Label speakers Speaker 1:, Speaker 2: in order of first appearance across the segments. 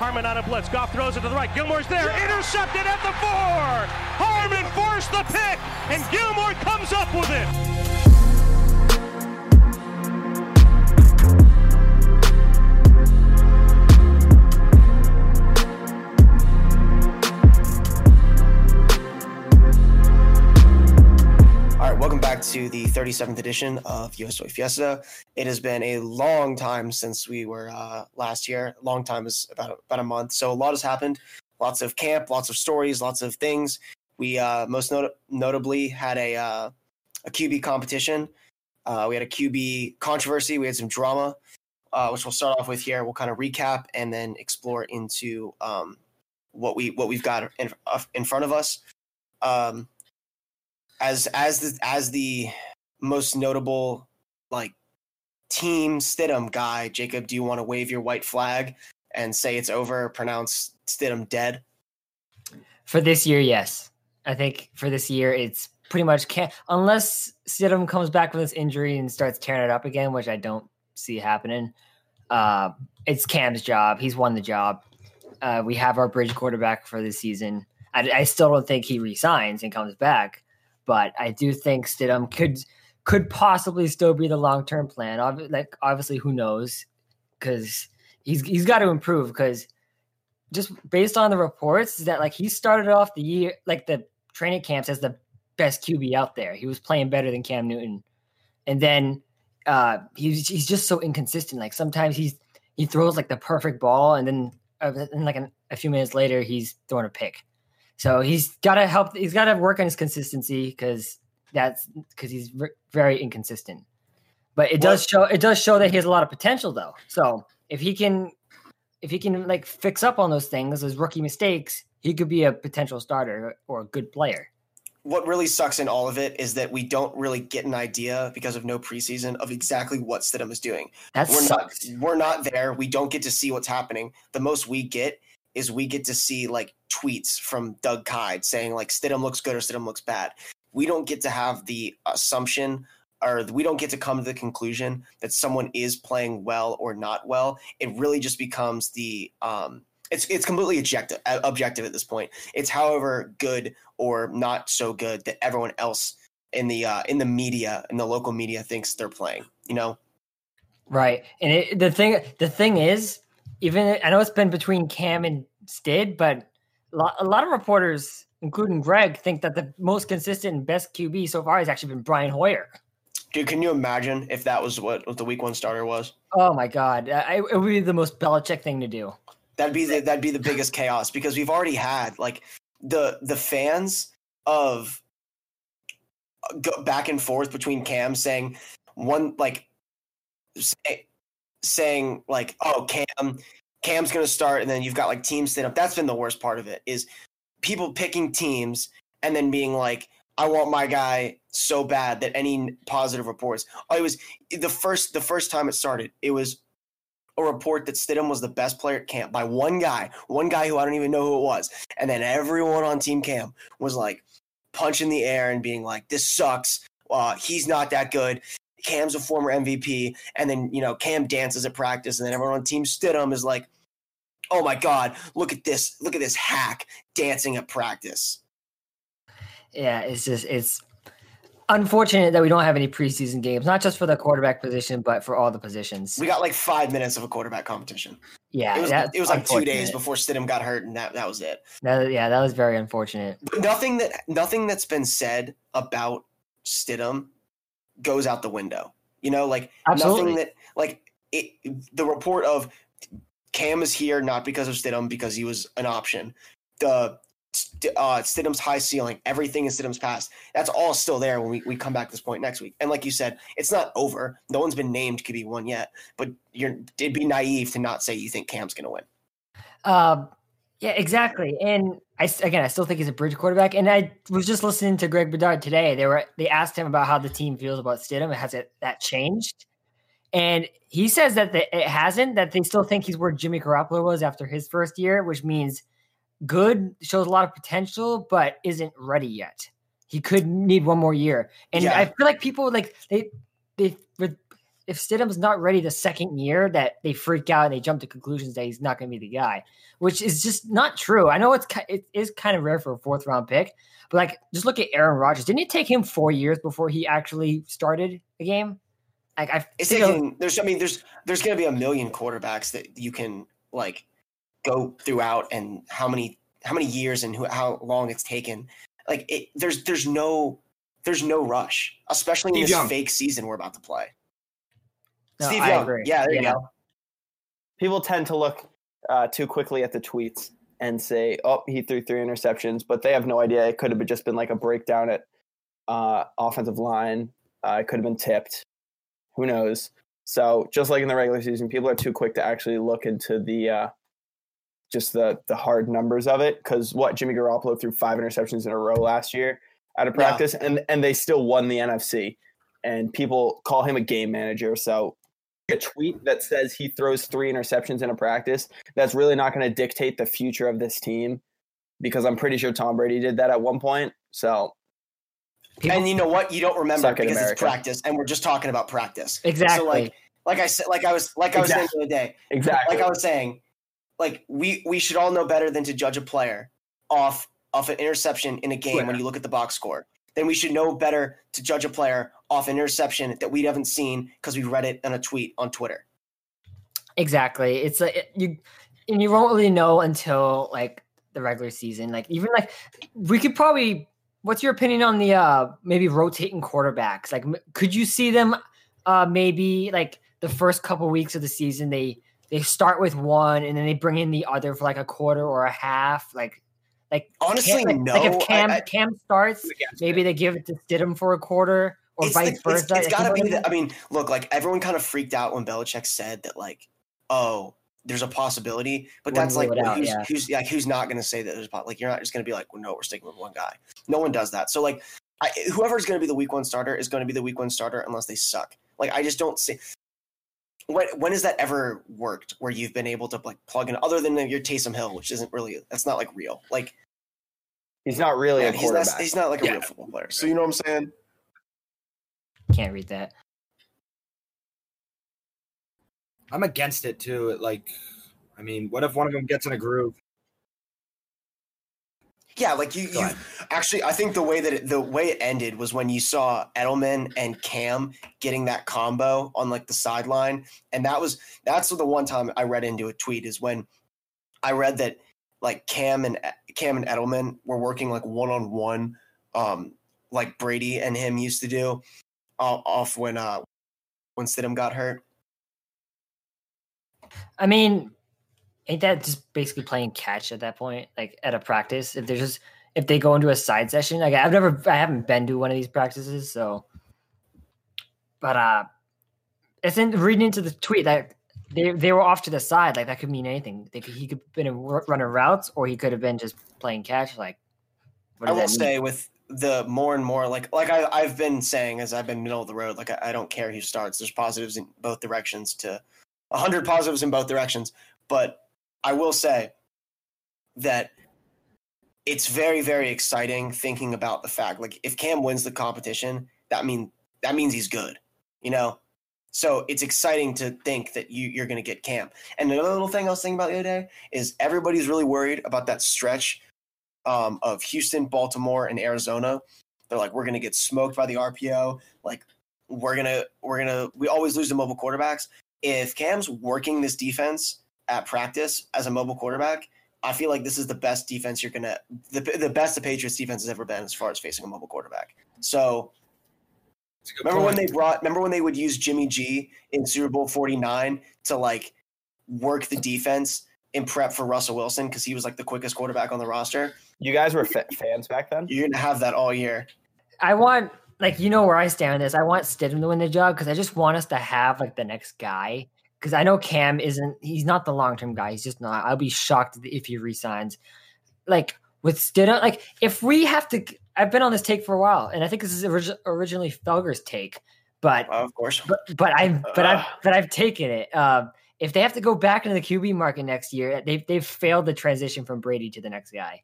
Speaker 1: Harmon on a blitz. Goff throws it to the right. Gilmore's there. Intercepted at the four. Harmon forced the pick, and Gilmore comes up with it.
Speaker 2: All right, welcome back to the 37th edition of USOY Fiesta. It has been a long time since we were uh, last year. Long time is about about a month. So a lot has happened. Lots of camp, lots of stories, lots of things. We uh, most not- notably had a uh, a QB competition. Uh, we had a QB controversy. We had some drama, uh, which we'll start off with here. We'll kind of recap and then explore into um, what we what we've got in, uh, in front of us. Um, as as the as the most notable like team Stidham guy, Jacob, do you want to wave your white flag and say it's over, pronounce Stidham dead?
Speaker 3: For this year, yes. I think for this year, it's pretty much can unless Stidham comes back with this injury and starts tearing it up again, which I don't see happening. Uh, it's Cam's job. He's won the job. Uh, we have our bridge quarterback for the season. I, I still don't think he resigns and comes back, but I do think Stidham could could possibly still be the long term plan. Obvi- like obviously, who knows? Because he's he's got to improve because just based on the reports is that like he started off the year like the training camps as the best QB out there. He was playing better than Cam Newton, and then uh, he's he's just so inconsistent. Like sometimes he's he throws like the perfect ball, and then uh, and like an, a few minutes later he's throwing a pick. So he's got to help. He's got to work on his consistency because that's because he's ver- very inconsistent. But it does show it does show that he has a lot of potential though. So if he can if he can like fix up on those things, those rookie mistakes, he could be a potential starter or a good player.
Speaker 2: What really sucks in all of it is that we don't really get an idea because of no preseason of exactly what Stidham is doing.
Speaker 3: That
Speaker 2: We're
Speaker 3: sucks.
Speaker 2: not we're not there. We don't get to see what's happening. The most we get is we get to see like tweets from Doug Kide saying like Stidham looks good or Stidham looks bad. We don't get to have the assumption or we don't get to come to the conclusion that someone is playing well or not well. It really just becomes the um it's it's completely objective objective at this point. It's however good or not so good that everyone else in the uh, in the media in the local media thinks they're playing. You know,
Speaker 3: Right. And it, the thing the thing is, even I know it's been between Cam and Stid, but a lot, a lot of reporters, including Greg, think that the most consistent and best QB so far has actually been Brian Hoyer.
Speaker 2: dude, can you imagine if that was what, what the week one starter was?
Speaker 3: Oh my God, I, it would be the most Belichick thing to do.
Speaker 2: That'd be the, that'd be the biggest chaos because we've already had like the the fans of uh, go back and forth between Cam saying one like say, saying like oh Cam Cam's gonna start and then you've got like team stand up. That's been the worst part of it is people picking teams and then being like I want my guy so bad that any positive reports. Oh, it was the first the first time it started. It was a report that Stidham was the best player at camp by one guy, one guy who I don't even know who it was. And then everyone on Team Cam was like punching the air and being like, this sucks. Uh, he's not that good. Cam's a former MVP. And then, you know, Cam dances at practice. And then everyone on Team Stidham is like, oh my God, look at this. Look at this hack dancing at practice.
Speaker 3: Yeah, it's just it's unfortunate that we don't have any preseason games, not just for the quarterback position, but for all the positions.
Speaker 2: We got like five minutes of a quarterback competition.
Speaker 3: yeah,
Speaker 2: It was,
Speaker 3: that's
Speaker 2: it was like two days
Speaker 3: unfortunate.
Speaker 2: before Stidham got hurt, and that, that was it.
Speaker 3: That- yeah, that was very unfortunate.
Speaker 2: nothing that nothing that's been said about Stidham goes out the window. You know, like
Speaker 3: Absolutely.
Speaker 2: nothing that like it. The report of Cam is here not because of Stidham because he was an option. The St- uh, Stidham's high ceiling, everything in Stidham's past, that's all still there when we, we come back to this point next week. And like you said, it's not over. No one's been named QB one yet, but you're it'd be naive to not say you think Cam's going to win.
Speaker 3: Um, yeah, exactly. And I s- again, I still think he's a bridge quarterback. And I was just listening to Greg Bedard today. They were they asked him about how the team feels about Stidham. Has it that changed? And he says that the, it hasn't. That they still think he's where Jimmy Garoppolo was after his first year, which means good shows a lot of potential, but isn't ready yet. He could need one more year. And
Speaker 2: Yeah.
Speaker 3: I feel like people like they they with if Stidham's not ready the second year, that they freak out and they jump to conclusions that he's not going to be the guy, which is just not true. I know it's ki- it is kind of rare for a fourth round pick, but like just look at Aaron Rodgers. Didn't it take him four years before he actually started a game? Like I
Speaker 2: It's
Speaker 3: think it was-
Speaker 2: taking, there's I mean there's there's gonna be a million quarterbacks that you can like go throughout and how many how many years and who, how long it's taken. Like it, there's there's no there's no rush, especially in
Speaker 4: Steve
Speaker 2: this
Speaker 4: Young.
Speaker 2: fake season we're about to play.
Speaker 3: no,
Speaker 2: Steve
Speaker 3: I
Speaker 2: Young.
Speaker 3: agree.
Speaker 2: Yeah, there you
Speaker 3: Yeah.
Speaker 2: go.
Speaker 5: People tend to look uh, too quickly at the tweets and say, "Oh, he threw three interceptions," but they have no idea it could have just been like a breakdown at uh, offensive line. Uh, it could have been tipped. Who knows? So just like in the regular season, people are too quick to actually look into the uh, just the the hard numbers of it. Because what Jimmy Garoppolo threw five interceptions in a row last year out of
Speaker 2: Yeah.
Speaker 5: practice, and and they still won the NFC. And people call him a game manager. So a tweet that says he throws three interceptions in a practice that's really not going to dictate the future of this team because I'm pretty sure Tom Brady did that at one point. So
Speaker 3: People-
Speaker 2: And you know what? You don't remember
Speaker 5: Suck it,
Speaker 2: because it's
Speaker 5: America.
Speaker 2: practice, and we're just talking about practice.
Speaker 3: exactly.
Speaker 2: So like like I said, like I was like I was saying the other day,
Speaker 5: exactly,
Speaker 2: like I was saying, like we we should all know better than to judge a player off off an interception in a game when you look at the box score. Then we should know better to judge a player off an interception that we haven't seen because we read it on a tweet on Twitter.
Speaker 3: Exactly. It's like it- you and you won't really know until like the regular season. Like even like we could probably what's your opinion on the uh maybe rotating quarterbacks? Like m- could you see them uh maybe like the first couple weeks of the season they they start with one and then they bring in the other for like a quarter or a half like
Speaker 2: Honestly,
Speaker 3: like,
Speaker 2: no.
Speaker 3: like if
Speaker 2: I-
Speaker 3: Cam
Speaker 2: I-
Speaker 3: Cam starts maybe they give it to Stidham for a quarter or
Speaker 2: it's the-
Speaker 3: vice
Speaker 2: it's-
Speaker 3: versa.
Speaker 2: it's
Speaker 3: Like, you
Speaker 2: got
Speaker 3: know
Speaker 2: to
Speaker 3: what
Speaker 2: be
Speaker 3: I mean?
Speaker 2: that. I mean, look, like everyone kind of freaked out when Belichick said that, like, oh, there's a possibility, but
Speaker 3: Wouldn't
Speaker 2: that's like
Speaker 3: rule it out,
Speaker 2: who's,
Speaker 3: yeah.
Speaker 2: who's like who's not going to say that there's a po- like you're not just going to be like, well, no, we're sticking with one guy. No one does that. So like, I, whoever's going to be the week one starter is going to be the week one starter unless they suck. Like, I just don't see. When, when has that ever worked where you've been able to like plug in other than your Taysom Hill, which isn't really that's not like real. Like
Speaker 5: he's not really a
Speaker 2: he's
Speaker 5: quarterback.
Speaker 2: not he's not like a
Speaker 4: Yeah.
Speaker 2: real football player.
Speaker 4: So
Speaker 2: So
Speaker 4: you know what I'm saying?
Speaker 3: can't read that.
Speaker 4: I'm against it too. It, Like, I mean, what if one of them gets in a groove?
Speaker 2: yeah, like you,
Speaker 4: Go
Speaker 2: you
Speaker 4: ahead.
Speaker 2: Actually, I think the way that it, the way it ended was when you saw Edelman and Cam getting that combo on like the sideline, and that was that's the one time I read into a tweet is when I read that like Cam and Cam and Edelman were working like one on one, um, like Brady and him used to do, uh, off when uh when Stidham got hurt.
Speaker 3: I mean, ain't that just basically playing catch at that point? Like at a practice, if there's just if they go into a side session, like I've never, I haven't been to one of these practices, so. But uh, it's in reading into the tweet that they they were off to the side, like that could mean anything. They could, he could have been in ru- running routes, or he could have been just playing catch. Like, what
Speaker 2: I
Speaker 3: does
Speaker 2: will
Speaker 3: that mean?
Speaker 2: say with the more and more like like I, I've been saying as I've been middle of the road, like I, I don't care who starts. There's positives in both directions to a hundred positives in both directions. But I will say that it's very, very exciting thinking about the fact like if Cam wins the competition, that mean that means he's good, you know? So it's exciting to think that you, you're gonna get Cam. And another little thing I was thinking about the other day is everybody's really worried about that stretch um, of Houston, Baltimore, and Arizona. They're like, we're gonna get smoked by the RPO. Like, we're gonna, we're gonna, we always lose to mobile quarterbacks. If Cam's working this defense at practice as a mobile quarterback, I feel like this is the best defense you're gonna, the, the best the Patriots defense has ever been as far as facing a mobile quarterback. So
Speaker 4: It's a good
Speaker 2: remember when
Speaker 4: point.
Speaker 2: they brought, remember when they would use Jimmy G in Super Bowl 49 to like work the defense in prep for Russell Wilson because he was like the quickest quarterback on the roster.
Speaker 5: you guys were fa- fans back then.
Speaker 2: You're gonna have that all year.
Speaker 3: I want like you know where I stand on this. I want Stidham to win the job because I just want us to have like the next guy. Because I know Cam isn't. He's not the long term guy. He's just not. I'll be shocked if he resigns. Like with Stidham, like if we have to. I've been on this take for a while, and I think this is orig- originally Felger's take, but
Speaker 2: Well, Uh, of course.
Speaker 3: but but I've but I've
Speaker 2: Ugh.
Speaker 3: but I've taken it. Um, if they have to go back into the QB market next year, they've they've failed the transition from Brady to the next guy.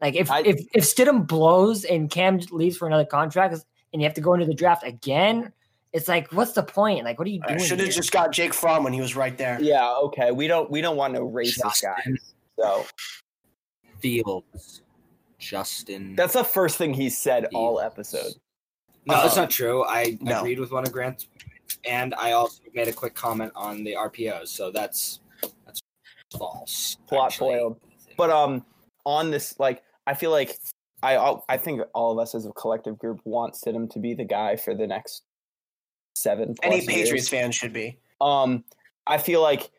Speaker 3: Like if
Speaker 5: I-
Speaker 3: if if Stidham blows and Cam leaves for another contract, and you have to go into the draft again, It's like, what's the point? Like, what are you
Speaker 2: I
Speaker 3: doing?
Speaker 2: should have
Speaker 3: here?
Speaker 2: just got Jake Fromm when he was right there.
Speaker 5: Yeah, okay. We don't we don't want no racist guy.
Speaker 6: Justin
Speaker 5: So
Speaker 6: Fields. Justin.
Speaker 5: that's the first thing he said all episode.
Speaker 4: No,
Speaker 2: Uh,
Speaker 4: that's not true. I
Speaker 2: no.
Speaker 4: agreed with one of Grant's points, and I also made a quick comment on the RPOs. So that's that's false.
Speaker 5: Plot foiled. But um, on this, like, I feel like I I think all of us as a collective group want Stidham to be the guy for the next seven. Plus
Speaker 2: Any
Speaker 5: years.
Speaker 2: Patriots fan should be.
Speaker 5: Um, I feel like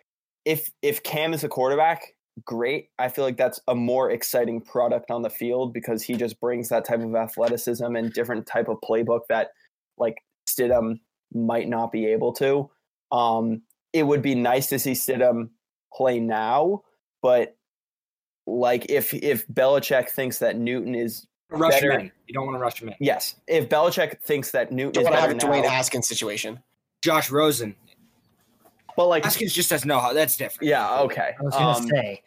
Speaker 5: if if Cam is a quarterback, great. I feel like that's a more exciting product on the field because he just brings that type of athleticism and different type of playbook that like Stidham might not be able to. Um, it would be nice to see Stidham play now, but like if if Belichick thinks that Newton is
Speaker 4: rush
Speaker 5: better-
Speaker 4: him in. You don't want to rush him in.
Speaker 5: yes, if Belichick thinks that Newton
Speaker 2: Don't
Speaker 5: is
Speaker 2: want to have
Speaker 5: better
Speaker 2: a Dwayne
Speaker 5: now,
Speaker 2: Haskins situation.
Speaker 4: Josh Rosen.
Speaker 5: but like
Speaker 4: Haskins just says no. That's different.
Speaker 5: yeah, okay.
Speaker 3: I was gonna
Speaker 5: Um,
Speaker 3: say.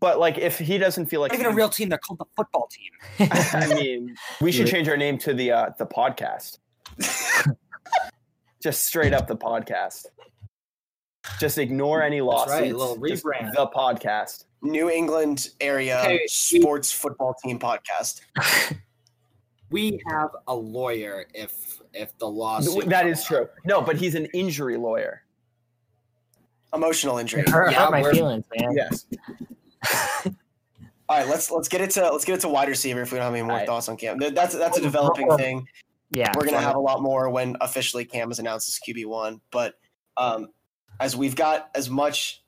Speaker 5: but like if he doesn't feel like
Speaker 4: Not even a real team. They're called the football team.
Speaker 5: I mean, we should change our name to the uh, the podcast. Just straight up the podcast. Just ignore any
Speaker 4: That's
Speaker 5: lawsuits.
Speaker 4: right, a little
Speaker 5: Just
Speaker 4: rebrand.
Speaker 5: The podcast.
Speaker 2: New England area
Speaker 4: Okay, we-
Speaker 2: sports football team podcast.
Speaker 4: We have a lawyer. If if the lawsuit
Speaker 5: That is true. No, but he's an injury lawyer.
Speaker 2: Emotional injury.
Speaker 3: It hurt,
Speaker 4: Yeah,
Speaker 3: hurt my
Speaker 4: we're-
Speaker 3: feelings, man.
Speaker 5: Yes.
Speaker 2: All right, let's let's get it to let's get it to wide receiver if we don't have any more
Speaker 5: All right. Oh,
Speaker 2: thoughts on Cam. Th- That's that's a developing thing.
Speaker 3: Yeah.
Speaker 2: We're gonna have a lot more when officially Cam is announced as QB one. But um, as we've got as much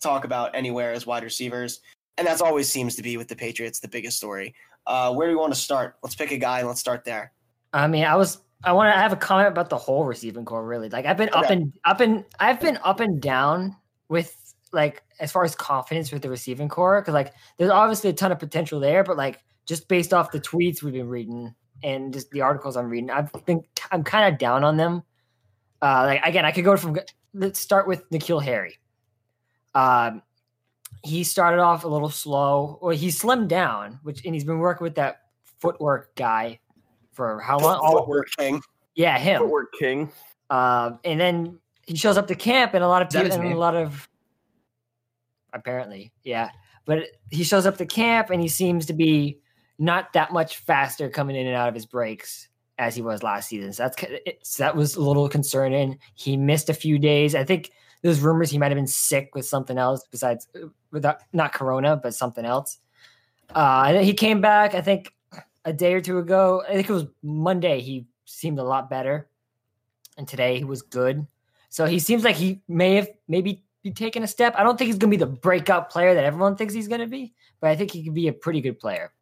Speaker 2: to talk about anywhere as wide receivers, and that's always seems to be with the Patriots the biggest story. Uh, where do we want to start? Let's pick a guy and let's start there.
Speaker 3: I mean, I was I want to have a comment about the whole receiving core really. Like I've been up
Speaker 2: Okay.
Speaker 3: and up and I've been up and down with like as far as confidence with the receiving core cuz like there's obviously a ton of potential there, but like just based off the tweets we've been reading and just the articles I'm reading, I've been I'm kind of down on them. Uh like again, I could go from let's start with Nikhil Harry. Um he started off a little slow, or he slimmed down, which and he's been working with that footwork guy for how long? All,
Speaker 2: Footwork king.
Speaker 3: yeah, him.
Speaker 5: Footwork King.
Speaker 3: Um, and then he shows up to camp, and a lot of
Speaker 4: Is that
Speaker 3: people,
Speaker 4: his
Speaker 3: and a
Speaker 4: name?
Speaker 3: lot of apparently, yeah. But he shows up to camp, and he seems to be not that much faster coming in and out of his breaks as he was last season. So that's ki- it- so that was a little concerning. He missed a few days. I think there's rumors he might have been sick with something else besides without not corona, but something else. Uh, and then he came back. I think a day or two ago. I think it was Monday. He seemed a lot better, and today he was good. So he seems like he may have maybe be taking a step. I don't think he's going to be the breakout player that everyone thinks he's going to be, but I think he could be a pretty good player.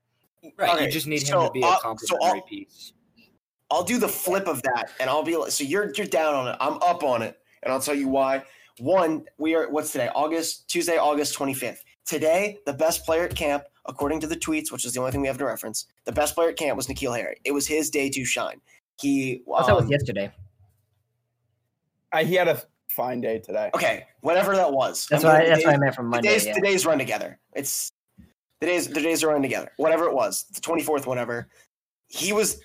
Speaker 4: Right.
Speaker 2: Okay,
Speaker 4: You just need him
Speaker 2: so
Speaker 4: to be
Speaker 5: uh,
Speaker 2: all-
Speaker 4: a
Speaker 2: so
Speaker 4: complimentary
Speaker 2: all-
Speaker 4: piece.
Speaker 2: I'll do the flip of that, and I'll be like, so you're you're down on it. I'm up on it, and I'll tell you why. One, we are what's today? August Tuesday, August 25th. Today, the best player at camp, according to the tweets, which is the only thing we have to reference, the best player at camp was Nikhil Harry. It was his day to shine. He
Speaker 3: Also, it was
Speaker 2: um,
Speaker 3: yesterday.
Speaker 5: I, he had a fine day today.
Speaker 2: okay, whatever that was.
Speaker 3: That's
Speaker 2: I'm
Speaker 3: why.
Speaker 2: doing
Speaker 3: That's
Speaker 2: the
Speaker 3: what I
Speaker 2: days-
Speaker 3: meant from
Speaker 2: the
Speaker 3: Monday.
Speaker 2: days,
Speaker 3: yeah.
Speaker 2: the days run together. It's the days the days run together. Whatever it was, the 24th, whatever. He was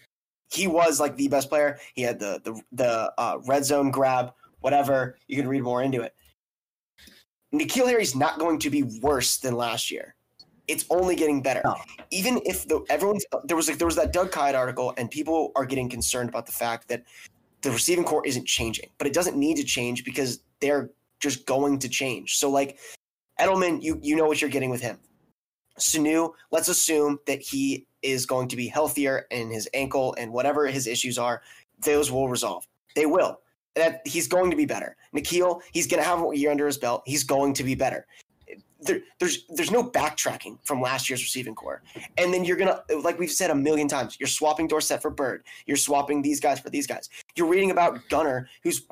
Speaker 2: he was like the best player. He had the the the uh, red zone grab, whatever. You can read more into it. Nikhil Harry's not going to be worse than last year. It's only getting better.
Speaker 6: No.
Speaker 2: Even if the everyone's there was like there was that Doug Kide article, and people are getting concerned about the fact that the receiving core isn't changing, but it doesn't need to change because they're just going to change. So like Edelman, you you know what you're getting with him. Sanu, let's assume that he is going to be healthier in his ankle and whatever his issues are, those will resolve. They will. That he's going to be better. Nikhil, he's going to have a year under his belt. He's going to be better. There, there's there's no backtracking from last year's receiving core. And then you're gonna like we've said a million times, you're swapping Dorset for Bird. You're swapping these guys for these guys. You're reading about Gunner, who's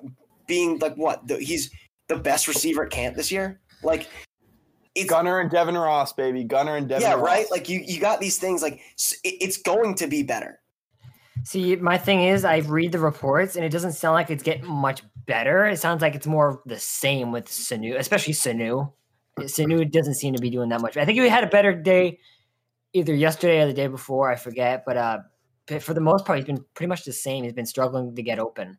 Speaker 2: being like what? The, he's the best receiver at camp this year. Like it's
Speaker 5: Gunner and Devin Ross, baby. Gunner and Devin.
Speaker 2: yeah,
Speaker 5: Ross.
Speaker 2: right. Like you, you got these things. Like s- it- it's going to be better.
Speaker 3: See, my thing is, I read the reports, and it doesn't sound like it's getting much better. It sounds like it's more of the same with Sanu, especially Sanu. Sanu doesn't seem to be doing that much. I think he had a better day either yesterday or the day before. I forget, but uh, but for the most part, he's been pretty much the same. He's been struggling to get open.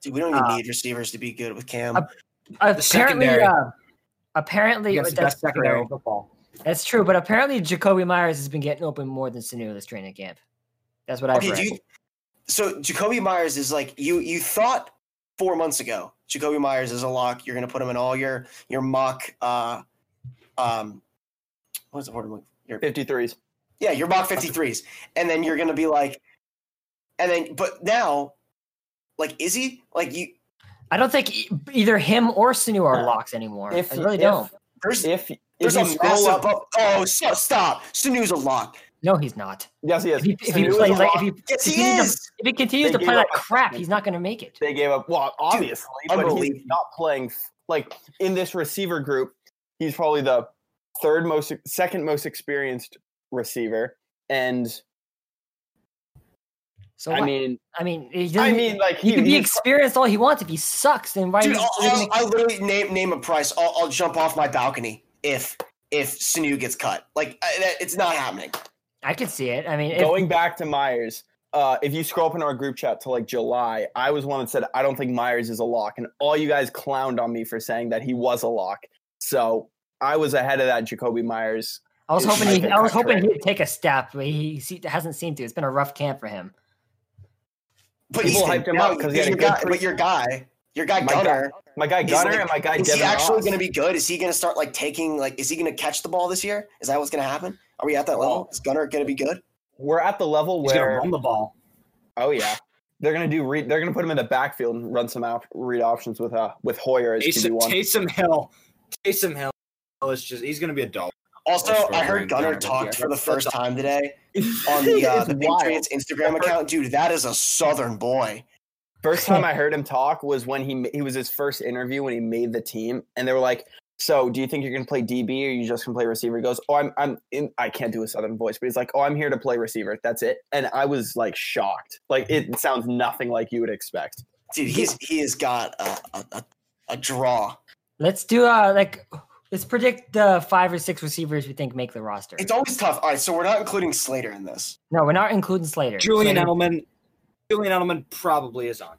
Speaker 2: Dude, we don't even
Speaker 5: Ah.
Speaker 3: Uh,
Speaker 2: need receivers to be good with Cam.
Speaker 3: uh, apparently,
Speaker 4: secondary.
Speaker 3: uh, apparently
Speaker 4: Against the
Speaker 3: that's
Speaker 4: best secondary in
Speaker 3: true.
Speaker 4: football.
Speaker 3: That's true, but apparently Jacoby Myers has been getting open more than Sanu this training camp. That's what I've
Speaker 2: okay,
Speaker 3: read.
Speaker 2: do you, so Jacoby Myers is like you you thought four months ago Jacoby Myers is a lock. You're gonna put him in all your your mock uh um what's the word I'm looking your
Speaker 5: 53s.
Speaker 2: yeah, your mock 53s. And then you're going to be like, and then, but now, like, is he? Like, you,
Speaker 3: I don't think e- either him or Sanu are
Speaker 5: Uh,
Speaker 3: locks anymore.
Speaker 5: if-
Speaker 3: I really
Speaker 5: if-
Speaker 3: don't.
Speaker 2: there's,
Speaker 5: If, if
Speaker 2: there's
Speaker 5: you
Speaker 2: a
Speaker 5: scroll
Speaker 2: massive,
Speaker 5: up,
Speaker 2: up, oh, so, stop. Sanu's a lock.
Speaker 3: No, he's not.
Speaker 5: yes, he is.
Speaker 3: If he, if he
Speaker 5: Sanu is
Speaker 3: plays
Speaker 5: a
Speaker 3: like if
Speaker 5: lock.
Speaker 3: he
Speaker 2: Yes,
Speaker 3: if
Speaker 2: he
Speaker 3: needs to-
Speaker 2: is.
Speaker 3: if he continues
Speaker 5: They
Speaker 3: to
Speaker 5: gave
Speaker 3: play
Speaker 5: up
Speaker 3: like
Speaker 5: on
Speaker 3: crap,
Speaker 5: Sexton.
Speaker 3: he's not going to make it.
Speaker 5: they gave up. Well, obviously, but he's
Speaker 2: unbelievable.
Speaker 5: not playing f- like in this receiver group. He's probably the third most, second most experienced receiver, and
Speaker 3: So
Speaker 5: I
Speaker 3: what?
Speaker 5: mean,
Speaker 3: I mean, he doesn't,
Speaker 5: I mean, like
Speaker 3: he, can be
Speaker 5: he's-
Speaker 3: experienced all he wants. If he sucks, then why?
Speaker 2: Dude,
Speaker 3: is
Speaker 2: I'll,
Speaker 3: he
Speaker 2: I'll,
Speaker 3: gonna-
Speaker 2: I'll literally name, name a price. I'll, I'll jump off my balcony if, if Sanu gets cut. Like, I, that, it's not happening.
Speaker 3: I can see it. I mean, if-
Speaker 5: going back to Myers, uh, if you scroll up in our group chat to like July, I was one that said I don't think Myers is a lock, and all you guys clowned on me for saying that he was a lock. So I was ahead of that Jacoby Myers.
Speaker 3: I was
Speaker 5: it's
Speaker 3: hoping
Speaker 5: like
Speaker 3: he,
Speaker 5: a
Speaker 3: I was hoping
Speaker 5: contract.
Speaker 3: he'd take a step, but he se- hasn't seemed to. It's been a rough camp for him.
Speaker 2: But
Speaker 5: People
Speaker 2: Ethan,
Speaker 5: hyped him
Speaker 2: now
Speaker 5: up 'cause he had a
Speaker 2: your
Speaker 5: good
Speaker 2: guy,
Speaker 5: pre-
Speaker 2: But your guy, your guy,
Speaker 5: My guy-
Speaker 2: Gunner,
Speaker 5: My guy
Speaker 2: He's
Speaker 5: Gunner
Speaker 2: like-
Speaker 5: and my guy
Speaker 2: is he
Speaker 5: Devin
Speaker 2: actually
Speaker 5: Ross.
Speaker 2: going to be good? Is he going to start, like, taking, like, is he going to catch the ball this year? Is that what's going to happen? Are we at that level? Is Gunner going to be good?
Speaker 5: We're at the level
Speaker 4: He's gonna
Speaker 5: where
Speaker 4: run the ball.
Speaker 5: oh yeah, they're gonna do read. They're gonna put him in the backfield and run some out read options with uh with Hoyer as QB
Speaker 4: Taysom,
Speaker 5: one.
Speaker 4: Taysom Hill. Taysom Hill is just he's gonna be a dog.
Speaker 2: Also,
Speaker 6: Or
Speaker 2: I
Speaker 6: Stroud
Speaker 2: heard Gunner
Speaker 6: Gunner,
Speaker 2: talked
Speaker 4: yeah.
Speaker 2: for the first time today on
Speaker 5: It's
Speaker 2: the, uh, the
Speaker 5: wild.
Speaker 2: Patriots Instagram account. Dude, that is a Southern boy.
Speaker 5: First time I heard him talk was when he ma- he was his first interview when he made the team, and they were like, "So, do you think you're going to play DB or you just going to play receiver?" He goes, "Oh, I'm I'm in, I can't do a southern voice, but he's like, "Oh, I'm here to play receiver. That's it." And I was like shocked. Like it sounds nothing like you would expect.
Speaker 2: Dude, he's he has got a a, a, a draw.
Speaker 3: Let's do uh like let's predict the five or six receivers we think make the roster.
Speaker 2: It's always tough. All right, so we're not including Slater in this.
Speaker 3: no, we're not including Slater.
Speaker 4: Julian
Speaker 3: So-
Speaker 4: Edelman. Julian Edelman probably is on.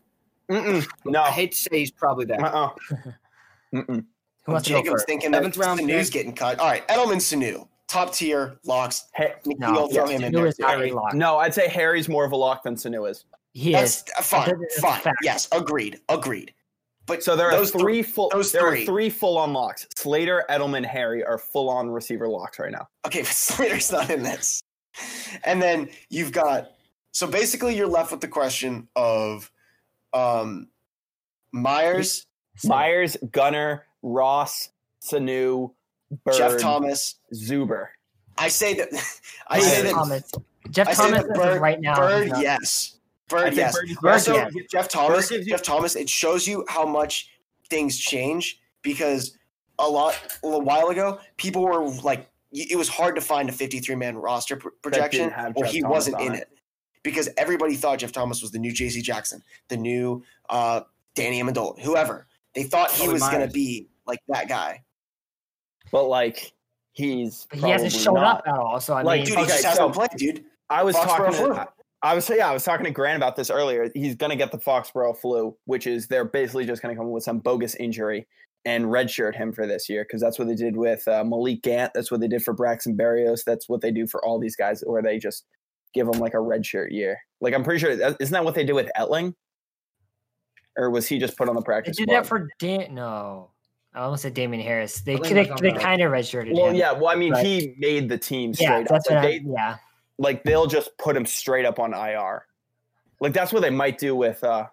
Speaker 5: Mm-mm, no,
Speaker 4: I hate to say he's probably there.
Speaker 5: uh-uh. Mm-mm.
Speaker 3: who wants to go
Speaker 2: Jacob's
Speaker 3: first?
Speaker 2: thinking that
Speaker 4: Seventh round
Speaker 2: Sanu's
Speaker 4: pick.
Speaker 2: getting cut. All right, Edelman Sanu, top tier locks.
Speaker 5: Hey,
Speaker 2: McNeil,
Speaker 3: No,
Speaker 2: throw him in
Speaker 3: Sanu
Speaker 2: there.
Speaker 3: is
Speaker 2: too.
Speaker 3: not a lock.
Speaker 5: no, I'd say Harry's more of a lock than Sanu is.
Speaker 3: He
Speaker 2: That's
Speaker 3: is.
Speaker 2: uh, fine.
Speaker 3: That's a
Speaker 2: Fine.
Speaker 3: fact.
Speaker 2: Yes, agreed. Agreed. But
Speaker 5: So there are
Speaker 2: those
Speaker 5: three full.
Speaker 2: those
Speaker 5: there
Speaker 2: three.
Speaker 5: are three full on locks. Slater, Edelman, Harry are full on receiver locks right now.
Speaker 2: Okay, but Slater's not in this. And then you've got so basically you're left with the question of um Myers,
Speaker 5: Myers, Gunner, Ross, Sanu, Bird,
Speaker 2: Jeff Thomas.
Speaker 5: Zuber.
Speaker 2: I say that I
Speaker 5: Hey,
Speaker 2: say
Speaker 3: Jeff
Speaker 2: that
Speaker 3: Thomas. Jeff
Speaker 2: I say
Speaker 3: Thomas
Speaker 2: that
Speaker 3: is
Speaker 2: Bird,
Speaker 3: right now.
Speaker 2: Bird,
Speaker 3: he's not-
Speaker 2: yes.
Speaker 5: I
Speaker 2: Bird,
Speaker 5: think
Speaker 2: yes.
Speaker 5: Bird is-
Speaker 2: Also,
Speaker 3: yes.
Speaker 2: Jeff Thomas,
Speaker 5: Bird gives you-
Speaker 2: Jeff Thomas, it shows you how much things change because a lot a little while ago, people were like y- it was hard to find a 53 man roster pr- projection
Speaker 5: have
Speaker 2: or
Speaker 5: Jeff
Speaker 2: he
Speaker 5: Thomas
Speaker 2: wasn't
Speaker 5: on
Speaker 2: in
Speaker 5: it.
Speaker 2: it because everybody thought Jeff Thomas was the new JC Jackson, the new uh, Danny Amendola, whoever. They thought he
Speaker 4: Probably
Speaker 2: was going
Speaker 4: Myers.
Speaker 2: to be like that guy.
Speaker 5: but like he's
Speaker 3: But he hasn't
Speaker 5: probably
Speaker 3: shown
Speaker 5: not.
Speaker 3: up at all. So I
Speaker 5: Like,
Speaker 3: mean,
Speaker 2: Dude, he
Speaker 5: Okay,
Speaker 2: just
Speaker 5: so-
Speaker 2: hasn't played, dude.
Speaker 5: I was
Speaker 2: Foxborough
Speaker 5: talking.
Speaker 2: flu.
Speaker 5: To, I was yeah, I was talking to Grant about this earlier. He's gonna get the Foxborough flu, which is they're basically just gonna come up with some bogus injury and redshirt him for this year because that's what they did with uh, Malik Gant. That's what they did for Braxton Berrios. That's what they do for all these guys, where they just give them like a redshirt year. Like I'm pretty sure that- isn't that what they did with Etling? Or was he just put on the
Speaker 3: they
Speaker 5: practice?
Speaker 3: did that
Speaker 5: squad?
Speaker 3: for Dan. No, I almost said Damien Harris. They
Speaker 4: I think
Speaker 3: they,
Speaker 4: that's
Speaker 3: they
Speaker 4: not
Speaker 3: kind of redshirted
Speaker 5: Well,
Speaker 3: him.
Speaker 5: yeah. Well, I mean,
Speaker 3: Right.
Speaker 5: he made the team straight
Speaker 3: yeah,
Speaker 5: up.
Speaker 3: that's
Speaker 5: Like,
Speaker 3: what I,
Speaker 5: they,
Speaker 3: yeah.
Speaker 5: like they'll just put him straight up on IR. Like that's what they might do with uh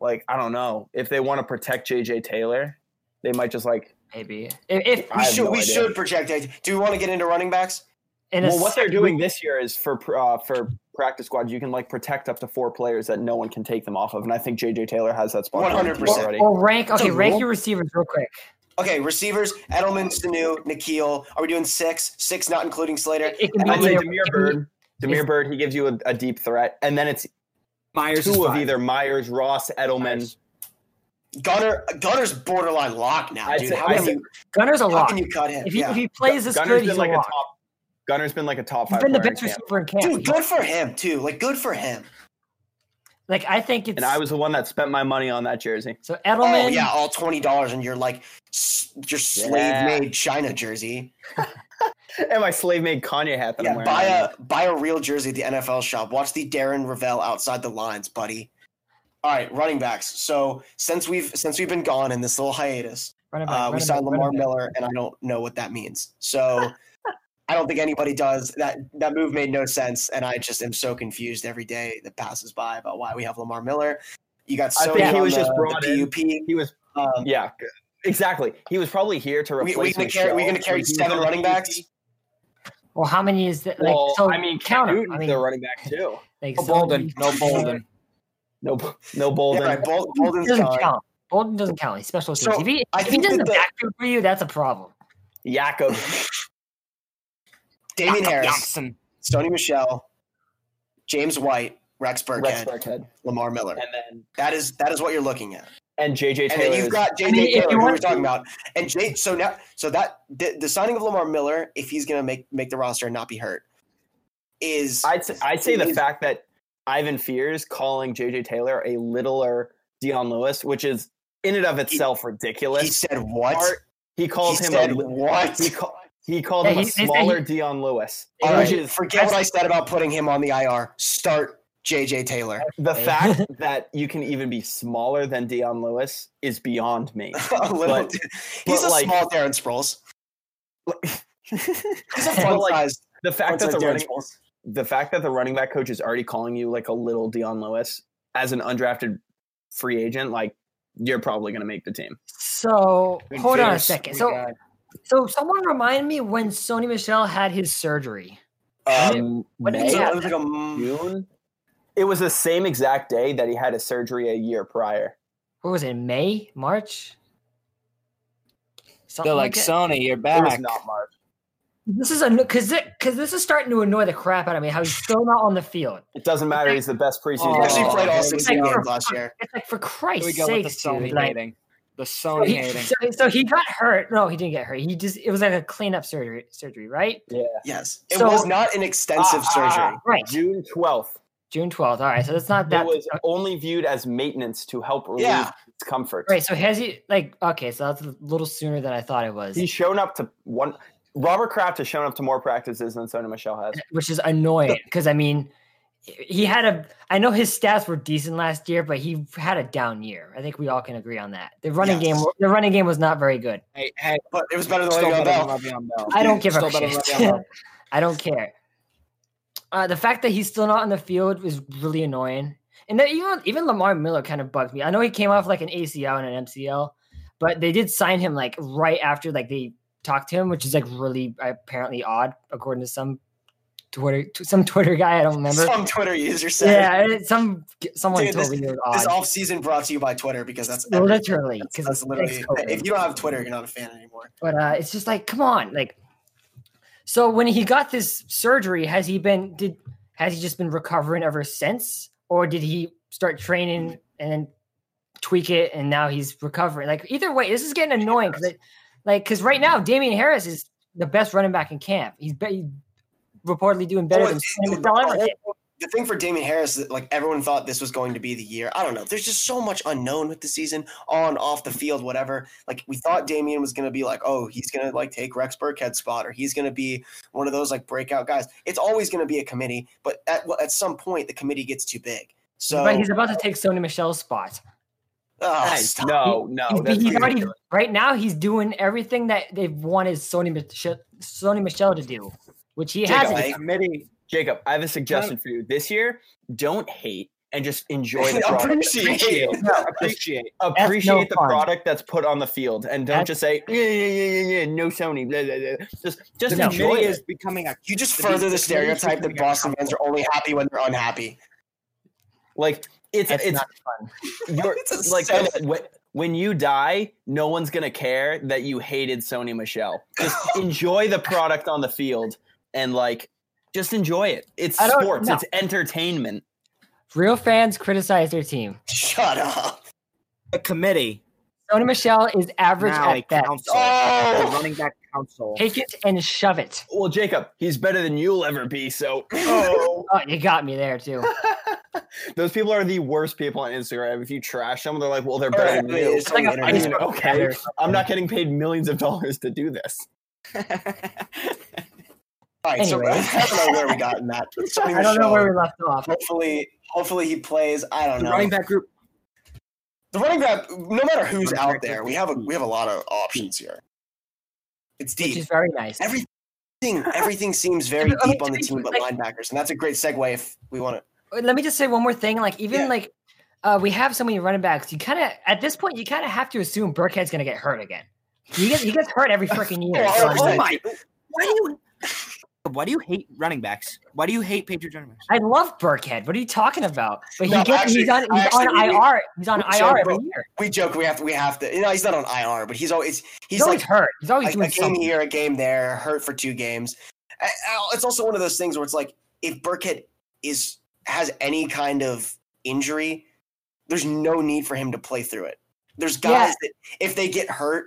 Speaker 5: like I don't know, if they want to protect JJ Taylor, they might just like
Speaker 3: Maybe if, if
Speaker 2: We
Speaker 5: I have
Speaker 2: should
Speaker 5: no
Speaker 2: we
Speaker 5: idea.
Speaker 2: should project that. Do we want to get into running backs?
Speaker 3: in a
Speaker 5: well what they're
Speaker 3: second-
Speaker 5: doing this year is for uh, for practice squad you can like protect up to four players that no one can take them off of and I think JJ Taylor has that spot on the team
Speaker 2: 100%.
Speaker 5: already.
Speaker 3: Well, rank
Speaker 4: It's a
Speaker 3: okay. Rank
Speaker 4: rule.
Speaker 3: your receivers real quick.
Speaker 2: Okay, receivers, Edelman, Sanu, Nikhil. Are we doing six? Six not including Slater.
Speaker 3: It can be
Speaker 5: I'd say
Speaker 3: either- it
Speaker 5: Demir
Speaker 3: can be-
Speaker 5: Bird Demir Bird he gives you a, a deep threat and then it's
Speaker 4: Myers is
Speaker 5: two of
Speaker 4: fine.
Speaker 5: either Myers, Ross, Edelman.
Speaker 4: Myers.
Speaker 2: Gunner Gunner's borderline lock now,
Speaker 5: I'd
Speaker 2: dude.
Speaker 5: say-
Speaker 2: how
Speaker 5: I'd
Speaker 2: can
Speaker 5: say-
Speaker 2: you
Speaker 3: Gunner's a
Speaker 2: how
Speaker 3: lock.
Speaker 2: can you cut him?
Speaker 3: If he,
Speaker 2: yeah.
Speaker 3: if he plays this
Speaker 5: Gunner's
Speaker 3: good, he's
Speaker 5: been like
Speaker 3: a
Speaker 5: a
Speaker 3: lock.
Speaker 5: top Gunner's been like a top
Speaker 3: He's
Speaker 5: five.
Speaker 3: been the
Speaker 5: player in
Speaker 3: best
Speaker 5: camp.
Speaker 3: receiver in camp.
Speaker 2: Dude, good for him too. Like good for him.
Speaker 3: Like I think it's
Speaker 5: And I was the one that spent my money on that jersey.
Speaker 3: so
Speaker 2: Oh
Speaker 3: Edelman.
Speaker 2: yeah, all twenty dollars and you're like s- your slave made China jersey.
Speaker 5: And my slave made Kanye hat that I'm
Speaker 2: Yeah,
Speaker 5: wearing.
Speaker 2: buy
Speaker 5: right
Speaker 2: a
Speaker 5: now.
Speaker 2: buy a real jersey at the NFL shop. Watch the Darren Ravel outside the lines, buddy. All right, running backs. So since we've since we've been gone in this little hiatus,
Speaker 3: Running back,
Speaker 2: uh, we
Speaker 3: running
Speaker 2: signed
Speaker 3: back,
Speaker 2: Lamar
Speaker 3: running back.
Speaker 2: Miller, and I don't know what that means. So I don't think anybody does. That that move made no sense, and I just am so confused every day that passes by about why we have Lamar Miller. You got
Speaker 5: I
Speaker 2: so
Speaker 5: think he was
Speaker 2: the,
Speaker 5: just brought in.
Speaker 2: the PUP.
Speaker 5: He was
Speaker 2: Um,
Speaker 5: yeah. Exactly. He was probably here to
Speaker 2: we,
Speaker 5: replace.
Speaker 2: we gonna carry we gonna
Speaker 5: Michelle.
Speaker 2: carry
Speaker 5: He was
Speaker 2: seven
Speaker 5: on the
Speaker 2: running
Speaker 5: PUP.
Speaker 2: backs.
Speaker 3: Well, how many is that? Like,
Speaker 5: Well,
Speaker 3: so
Speaker 5: I mean, Cam
Speaker 3: count 'em.
Speaker 5: Newton's
Speaker 3: I mean,
Speaker 5: their running back too.
Speaker 3: like,
Speaker 6: No
Speaker 3: so
Speaker 6: Bolden.
Speaker 3: many-
Speaker 6: No Bolden.
Speaker 5: No, no Bolden.
Speaker 2: Yeah, right, Bol-
Speaker 3: Bolden
Speaker 2: Bolden's
Speaker 3: doesn't
Speaker 2: gone.
Speaker 3: count. Bolden doesn't count. He's special teams.
Speaker 2: So,
Speaker 3: if he,
Speaker 2: I
Speaker 3: if he
Speaker 2: think
Speaker 3: does
Speaker 2: that
Speaker 3: the
Speaker 2: the-
Speaker 3: backfield for you, that's a problem.
Speaker 5: Jakob.
Speaker 2: Damien Harris,
Speaker 6: Johnson.
Speaker 2: Sony Michelle, James White, Rex Burkhead,
Speaker 5: Rex Burkhead.
Speaker 2: Lamar Miller.
Speaker 5: And then
Speaker 2: That is that is what you're looking at.
Speaker 5: and JJ
Speaker 2: And
Speaker 5: Taylor.
Speaker 2: then you've
Speaker 5: is-
Speaker 2: got JJ
Speaker 3: mean, if
Speaker 2: Taylor,
Speaker 3: you
Speaker 2: who
Speaker 3: want
Speaker 2: we're talking about, and Jay. So now, so that the, the signing of Lamar Miller, if he's going to make make the roster and not be hurt, is
Speaker 5: I'd say, I'd say the
Speaker 2: He's-
Speaker 5: fact that Ivan Fears calling JJ Taylor a littler Dion Lewis, which is in and of itself
Speaker 2: he
Speaker 5: ridiculous.
Speaker 2: said what?
Speaker 5: Art- He called
Speaker 2: he
Speaker 5: him
Speaker 2: said
Speaker 5: a, li-
Speaker 2: what?
Speaker 5: He, ca- he called
Speaker 3: Yeah,
Speaker 5: him
Speaker 3: he-
Speaker 5: a
Speaker 3: they said
Speaker 5: smaller
Speaker 3: he-
Speaker 5: Dion Lewis.
Speaker 2: All
Speaker 5: which
Speaker 2: right,
Speaker 5: is
Speaker 2: forget what I said about putting him on the IR. Start JJ Taylor.
Speaker 5: the
Speaker 3: Hey.
Speaker 5: fact that you can even be smaller than Dion Lewis is beyond me.
Speaker 2: a little.
Speaker 5: But-
Speaker 2: he's
Speaker 5: but
Speaker 2: a
Speaker 5: like-
Speaker 2: small Darren Sproles. He's a
Speaker 5: But
Speaker 2: fun
Speaker 5: like,
Speaker 2: size.
Speaker 5: the fact
Speaker 2: fun
Speaker 5: that the
Speaker 2: size Darren
Speaker 5: running
Speaker 2: Sproles.
Speaker 5: the fact that the running back coach is already calling you like a little Dion Lewis as an undrafted free agent, like you're probably going to make the team.
Speaker 3: So hold on a
Speaker 6: Fierce.
Speaker 3: second.
Speaker 6: We
Speaker 3: So
Speaker 6: got-
Speaker 3: so someone remind me when Sony Michelle had his surgery.
Speaker 5: Um,
Speaker 3: When did
Speaker 5: May,
Speaker 2: So
Speaker 3: Yeah.
Speaker 2: Uh, it was like a m-
Speaker 5: June. It was the same exact day that he had his surgery a year prior.
Speaker 3: What was it? May, March. Something
Speaker 6: They're like,
Speaker 3: that.
Speaker 6: Sony, you're
Speaker 5: It was
Speaker 6: back.
Speaker 5: not March.
Speaker 3: This is a because because this is starting to annoy the crap out of me. How he's still not on the field.
Speaker 5: It doesn't matter. He's the best preseason.
Speaker 2: He actually
Speaker 5: player.
Speaker 2: played all
Speaker 6: Oh,
Speaker 2: 16
Speaker 3: like-
Speaker 2: games last year.
Speaker 3: It's like for
Speaker 6: Here we
Speaker 3: Christ's
Speaker 6: go with
Speaker 3: sake,
Speaker 6: the Sony
Speaker 3: dude. Like,
Speaker 6: hating. The
Speaker 3: so,
Speaker 6: Sony
Speaker 3: he,
Speaker 6: hating.
Speaker 3: so, so he got hurt. No, he didn't get hurt. He just it was like a cleanup surgery surgery, right?
Speaker 2: Yes, it
Speaker 3: So-
Speaker 2: was not an extensive
Speaker 5: Ah, ah,
Speaker 2: surgery.
Speaker 3: Right.
Speaker 5: June twelfth.
Speaker 3: June twelfth. All right. So that's not
Speaker 5: It
Speaker 3: that
Speaker 5: was only viewed as maintenance to help relieve
Speaker 2: Yeah.
Speaker 5: his comfort.
Speaker 3: right. So has he like okay, so that's a little sooner than I thought it was.
Speaker 5: He's shown up to one. Robert Kraft has shown up to more practices than Sony Michelle has.
Speaker 3: which is annoying because I mean, he had a. I know his stats were decent last year, but he had a down year. I think we all can agree on that. The running game,
Speaker 2: Yes.
Speaker 3: the running game was not very good.
Speaker 6: Hey, hey,
Speaker 2: But it was better than
Speaker 6: still
Speaker 2: Le'Veon
Speaker 6: better than
Speaker 2: Bell.
Speaker 6: Le'Veon Bell.
Speaker 3: I don't give
Speaker 6: Still
Speaker 3: a
Speaker 6: better than
Speaker 3: shit.
Speaker 6: Le'Veon Bell.
Speaker 3: I don't care. Uh, the fact that he's still not on the field is really annoying, and that even even Lamar Miller kind of bugged me. I know he came off like an ACL and an MCL, but they did sign him like right after like they talked to him, which is like really apparently odd according to some Twitter some Twitter guy I don't remember.
Speaker 2: Some Twitter user said
Speaker 3: Yeah, it- some someone
Speaker 2: Dude,
Speaker 3: told me it was
Speaker 2: this
Speaker 3: odd.
Speaker 2: offseason brought to you by Twitter because that's every-
Speaker 3: Literally,
Speaker 2: that's,
Speaker 3: 'cause
Speaker 2: that's
Speaker 3: it's
Speaker 2: literally
Speaker 3: COVID.
Speaker 2: if you don't have Twitter, you're not a fan anymore.
Speaker 3: but uh, it's just like, come on, like. So when he got this surgery, has he been did has he just been recovering ever since, or did he start training and then tweak it and now he's recovering? Like either way, this is getting annoying because like because right now Damian Harris is the best running back in camp. He's, be, he's reportedly doing better
Speaker 2: Oh,
Speaker 3: than
Speaker 2: it's-
Speaker 3: Sam
Speaker 2: the
Speaker 3: Bell ever did.
Speaker 2: whole- The thing for Damien Harris is that like everyone thought this was going to be the year. I don't know. There's just so much unknown with the season, on, off the field, whatever. Like we thought Damien was gonna be like, oh, he's gonna like take Rex Burkhead's spot, or he's gonna be one of those like breakout guys. It's always gonna be a committee, but at at some point the committee gets too big. So
Speaker 3: But he's about to take Sony Michelle's spot.
Speaker 2: Oh,
Speaker 5: Hey,
Speaker 2: stop.
Speaker 5: no, no,
Speaker 3: He's-
Speaker 5: that's
Speaker 3: he's already
Speaker 5: ridiculous.
Speaker 3: right now. He's doing everything that they've wanted Sony Michelle, Sony Michelle to do, which he
Speaker 5: Jacob,
Speaker 3: hasn't.
Speaker 5: I- committee. Jacob, I have a suggestion for you this year. Don't hate and just enjoy the product.
Speaker 2: Appreciate.
Speaker 5: Appreciate,
Speaker 6: No, appreciate.
Speaker 5: appreciate the
Speaker 3: fun.
Speaker 5: product that's put on the field, and
Speaker 3: That's-
Speaker 5: don't just say yeah, yeah, yeah, yeah, yeah, no Sony. Blah, blah, blah. Just, just
Speaker 6: The
Speaker 5: enjoy
Speaker 6: committee
Speaker 5: it.
Speaker 6: is becoming a
Speaker 2: You just
Speaker 6: The
Speaker 2: further the
Speaker 6: biggest- the biggest
Speaker 2: stereotype that
Speaker 6: thing I got
Speaker 2: Boston fans are only happy when they're unhappy.
Speaker 5: Like it's,
Speaker 3: That's
Speaker 5: it's
Speaker 3: not fun.
Speaker 5: you're
Speaker 2: It's a
Speaker 5: like
Speaker 2: sentiment.
Speaker 5: when, when you die, no one's gonna care that you hated Sony Michelle. Just enjoy the product on the field and like just enjoy it. It's
Speaker 3: I don't-
Speaker 5: sports.
Speaker 3: no.
Speaker 5: It's entertainment.
Speaker 3: Real fans criticize their team.
Speaker 2: Shut up.
Speaker 6: the committee
Speaker 3: Sony Michelle is average
Speaker 6: now a
Speaker 3: at best.
Speaker 6: council. The
Speaker 2: Oh,
Speaker 6: running back council.
Speaker 3: Take it and shove it.
Speaker 5: Well, Jacob, he's better than you'll ever be. So
Speaker 3: Oh, you got me there too.
Speaker 5: Those people are the worst people on Instagram. If you trash them, they're like, "Well, they're better than
Speaker 2: Alright,
Speaker 5: you."
Speaker 2: it's
Speaker 3: like
Speaker 2: on
Speaker 3: a
Speaker 2: the
Speaker 5: I
Speaker 2: internet.
Speaker 5: mean, okay, I'm not getting paid millions of dollars to do this.
Speaker 2: All right,
Speaker 3: Anyway.
Speaker 2: so I don't know where we got in that. It's something
Speaker 3: I don't know
Speaker 2: Michelle.
Speaker 3: where we left off.
Speaker 2: Hopefully, hopefully he plays. I don't
Speaker 6: The
Speaker 2: know.
Speaker 6: running back group.
Speaker 2: the running back, no matter
Speaker 6: Running
Speaker 2: who's
Speaker 6: back
Speaker 2: out there, we have a we have a lot of options here. It's
Speaker 3: Which
Speaker 2: deep.
Speaker 3: is very nice.
Speaker 2: Everything, everything seems very
Speaker 3: I mean,
Speaker 2: deep on the team, but
Speaker 3: like-
Speaker 2: linebackers, and that's a great segue if we want to.
Speaker 3: let me just say one more thing. Like even
Speaker 2: Yeah.
Speaker 3: like uh, we have so many running backs. You kind of at this point you kind of have to assume Burkhead's going to get hurt again. He gets, he gets hurt every freaking year.
Speaker 2: Oh,
Speaker 3: so
Speaker 2: oh,
Speaker 3: it's
Speaker 6: Oh
Speaker 3: like-
Speaker 6: my! Why do you? Why do you hate running backs? Why do you hate Patriot running backs?
Speaker 3: I love Burkhead. What are you talking about? But he
Speaker 2: No,
Speaker 3: gets
Speaker 2: actually-
Speaker 3: he's on he's on
Speaker 2: actually, we-
Speaker 3: IR. He's on
Speaker 2: so
Speaker 3: IR every
Speaker 2: Bur-
Speaker 3: year.
Speaker 2: We joke we have to we have to. You know, he's not on IR, but he's always
Speaker 3: He's,
Speaker 2: he's
Speaker 3: always
Speaker 2: like
Speaker 3: hurt. He's always
Speaker 2: a, a
Speaker 3: doing
Speaker 2: game
Speaker 3: something.
Speaker 2: here, a game there, hurt for two games. I- I- It's also one of those things where it's like if Burkhead is has any kind of injury, there's no need for him to play through it. There's guys that if they get hurt,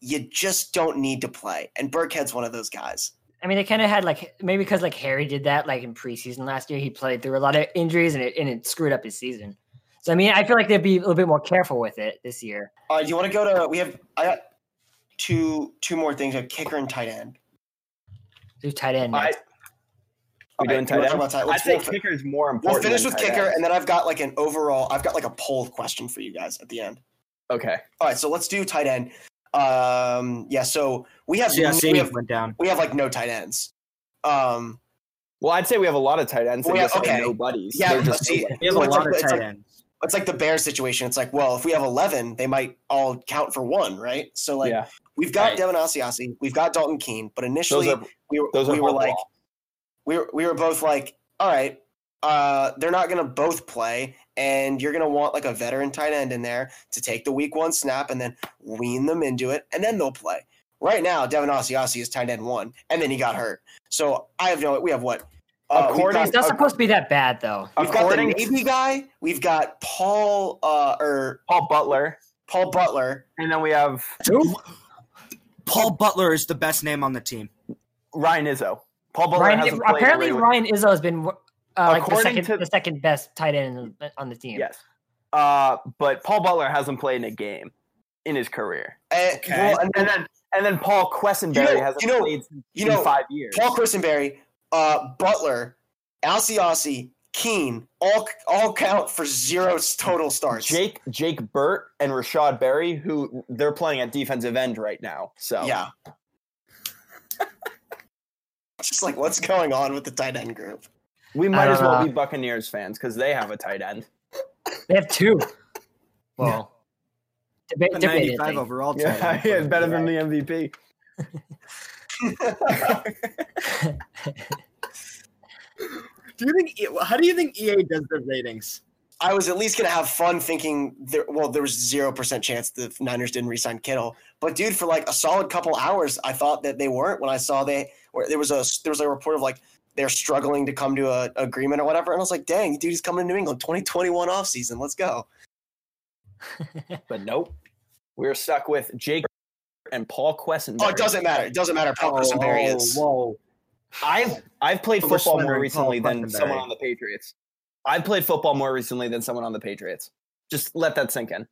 Speaker 2: you just don't need to play, and Burkhead's one of those guys.
Speaker 3: I mean, they kind of had like maybe because like Harry did that like in preseason last year. He played through a lot of injuries and it and it screwed up his season. So I mean, I feel like they'd be a little bit more careful with it this year.
Speaker 2: All right, Uh, do you want to go to? We have I got two two more things: a kicker and tight end.
Speaker 3: Do tight end.
Speaker 5: I,
Speaker 3: next.
Speaker 5: we doing tight end? I
Speaker 2: Let's
Speaker 5: think kicker is more
Speaker 2: we'll
Speaker 5: important.
Speaker 2: finish
Speaker 5: than
Speaker 2: with
Speaker 5: tight
Speaker 2: kicker,
Speaker 5: end.
Speaker 2: and then I've got like an overall. I've got like a poll question for you guys at the end.
Speaker 5: Okay.
Speaker 2: All right, so let's do tight end. Um, yeah, so we have
Speaker 6: Yeah,
Speaker 2: we
Speaker 6: see,
Speaker 2: have
Speaker 6: went down.
Speaker 2: we have like no tight ends. Um,
Speaker 5: Well, I'd say we have a lot of tight ends. that
Speaker 2: Well, yeah,
Speaker 5: just are
Speaker 2: okay.
Speaker 5: nobodies.
Speaker 2: Yeah,
Speaker 5: They're just
Speaker 2: see,
Speaker 5: nobodies.
Speaker 6: We have a
Speaker 2: Well, it's
Speaker 6: lot
Speaker 2: like-
Speaker 6: of
Speaker 2: it's
Speaker 6: tight
Speaker 2: like-
Speaker 6: ends.
Speaker 2: it's like the bear situation. It's like, well, if we have eleven, they might all count for one, right? So like
Speaker 5: yeah,
Speaker 2: we've got
Speaker 4: Right.
Speaker 2: Devin Asiasi, we've got Dalton Keene, but
Speaker 5: those
Speaker 2: initially
Speaker 5: are
Speaker 2: we were,
Speaker 5: those are
Speaker 2: we were
Speaker 5: horrible.
Speaker 2: like we were, we were both like, all right, uh, they're not going to both play, and you're going to want like a veteran tight end in there to take the week one snap and then wean them into it, and then they'll play. Right now, Devin Asiasi is tight end one, and then he got hurt. So I have no. We have what? Uh, we've
Speaker 5: According-
Speaker 3: it's
Speaker 2: got-
Speaker 3: not supposed to be that bad though.
Speaker 2: we've got the
Speaker 5: according-
Speaker 2: Navy guy. We've got Paul uh, or
Speaker 5: Paul Butler,
Speaker 2: Paul Butler.
Speaker 5: and then we have
Speaker 6: Paul Butler is the best name on the team.
Speaker 5: Ryan Izzo. Paul Butler
Speaker 3: Ryan,
Speaker 5: hasn't played
Speaker 3: apparently,
Speaker 5: really-
Speaker 3: Ryan Izzo has been uh, like the
Speaker 5: According
Speaker 3: second,
Speaker 5: to-
Speaker 3: the second best tight end in the- on the team.
Speaker 5: Yes. Uh, but Paul Butler hasn't played in a game in his career.
Speaker 2: And,
Speaker 6: Okay.
Speaker 2: well, and then
Speaker 5: And then and then Paul Questenberry
Speaker 2: You know-
Speaker 5: hasn't
Speaker 2: you know-
Speaker 5: played since
Speaker 2: you
Speaker 5: in
Speaker 2: know
Speaker 5: five years.
Speaker 2: Paul Christenberry, uh, Butler, Alciasi, Keene, all all count for zero total starts.
Speaker 5: Jake Jake Burt and Rashad Berry, who they're playing at defensive end right now. So
Speaker 2: Yeah. Just like what's going on with the tight end group?
Speaker 5: we
Speaker 3: I
Speaker 5: might
Speaker 3: don't
Speaker 5: as well
Speaker 3: know.
Speaker 5: be Buccaneers fans because they have a tight end.
Speaker 3: They have two. Well, deba-
Speaker 6: A
Speaker 3: debated,
Speaker 6: 95
Speaker 3: like,
Speaker 6: overall tight
Speaker 5: Yeah,
Speaker 6: end.
Speaker 5: yeah, it's better than the MVP.
Speaker 6: Do you think? E- How do you think EA does their ratings?
Speaker 2: I was at least gonna have fun thinking there. Well, there was zero percent chance the Niners didn't resign Kittle, but dude, for like a solid couple hours, I thought that they weren't. When I saw they, or there was a there was a report of like they're struggling to come to a agreement or whatever, and I was like, dang, dude, he's coming to New England, twenty twenty one off season, let's go.
Speaker 5: But nope. We're stuck with Jake and Paul Questenberry.
Speaker 2: Oh, it doesn't matter. It doesn't matter. Paul Christenberry
Speaker 4: Oh,
Speaker 2: is.
Speaker 6: Oh, whoa!
Speaker 5: I've I've played
Speaker 6: We're
Speaker 5: football more
Speaker 6: slandering
Speaker 5: recently
Speaker 6: Paul
Speaker 5: than
Speaker 6: Questenberry.
Speaker 5: someone on the Patriots. I've played football more recently than someone on the Patriots. Just let that sink in.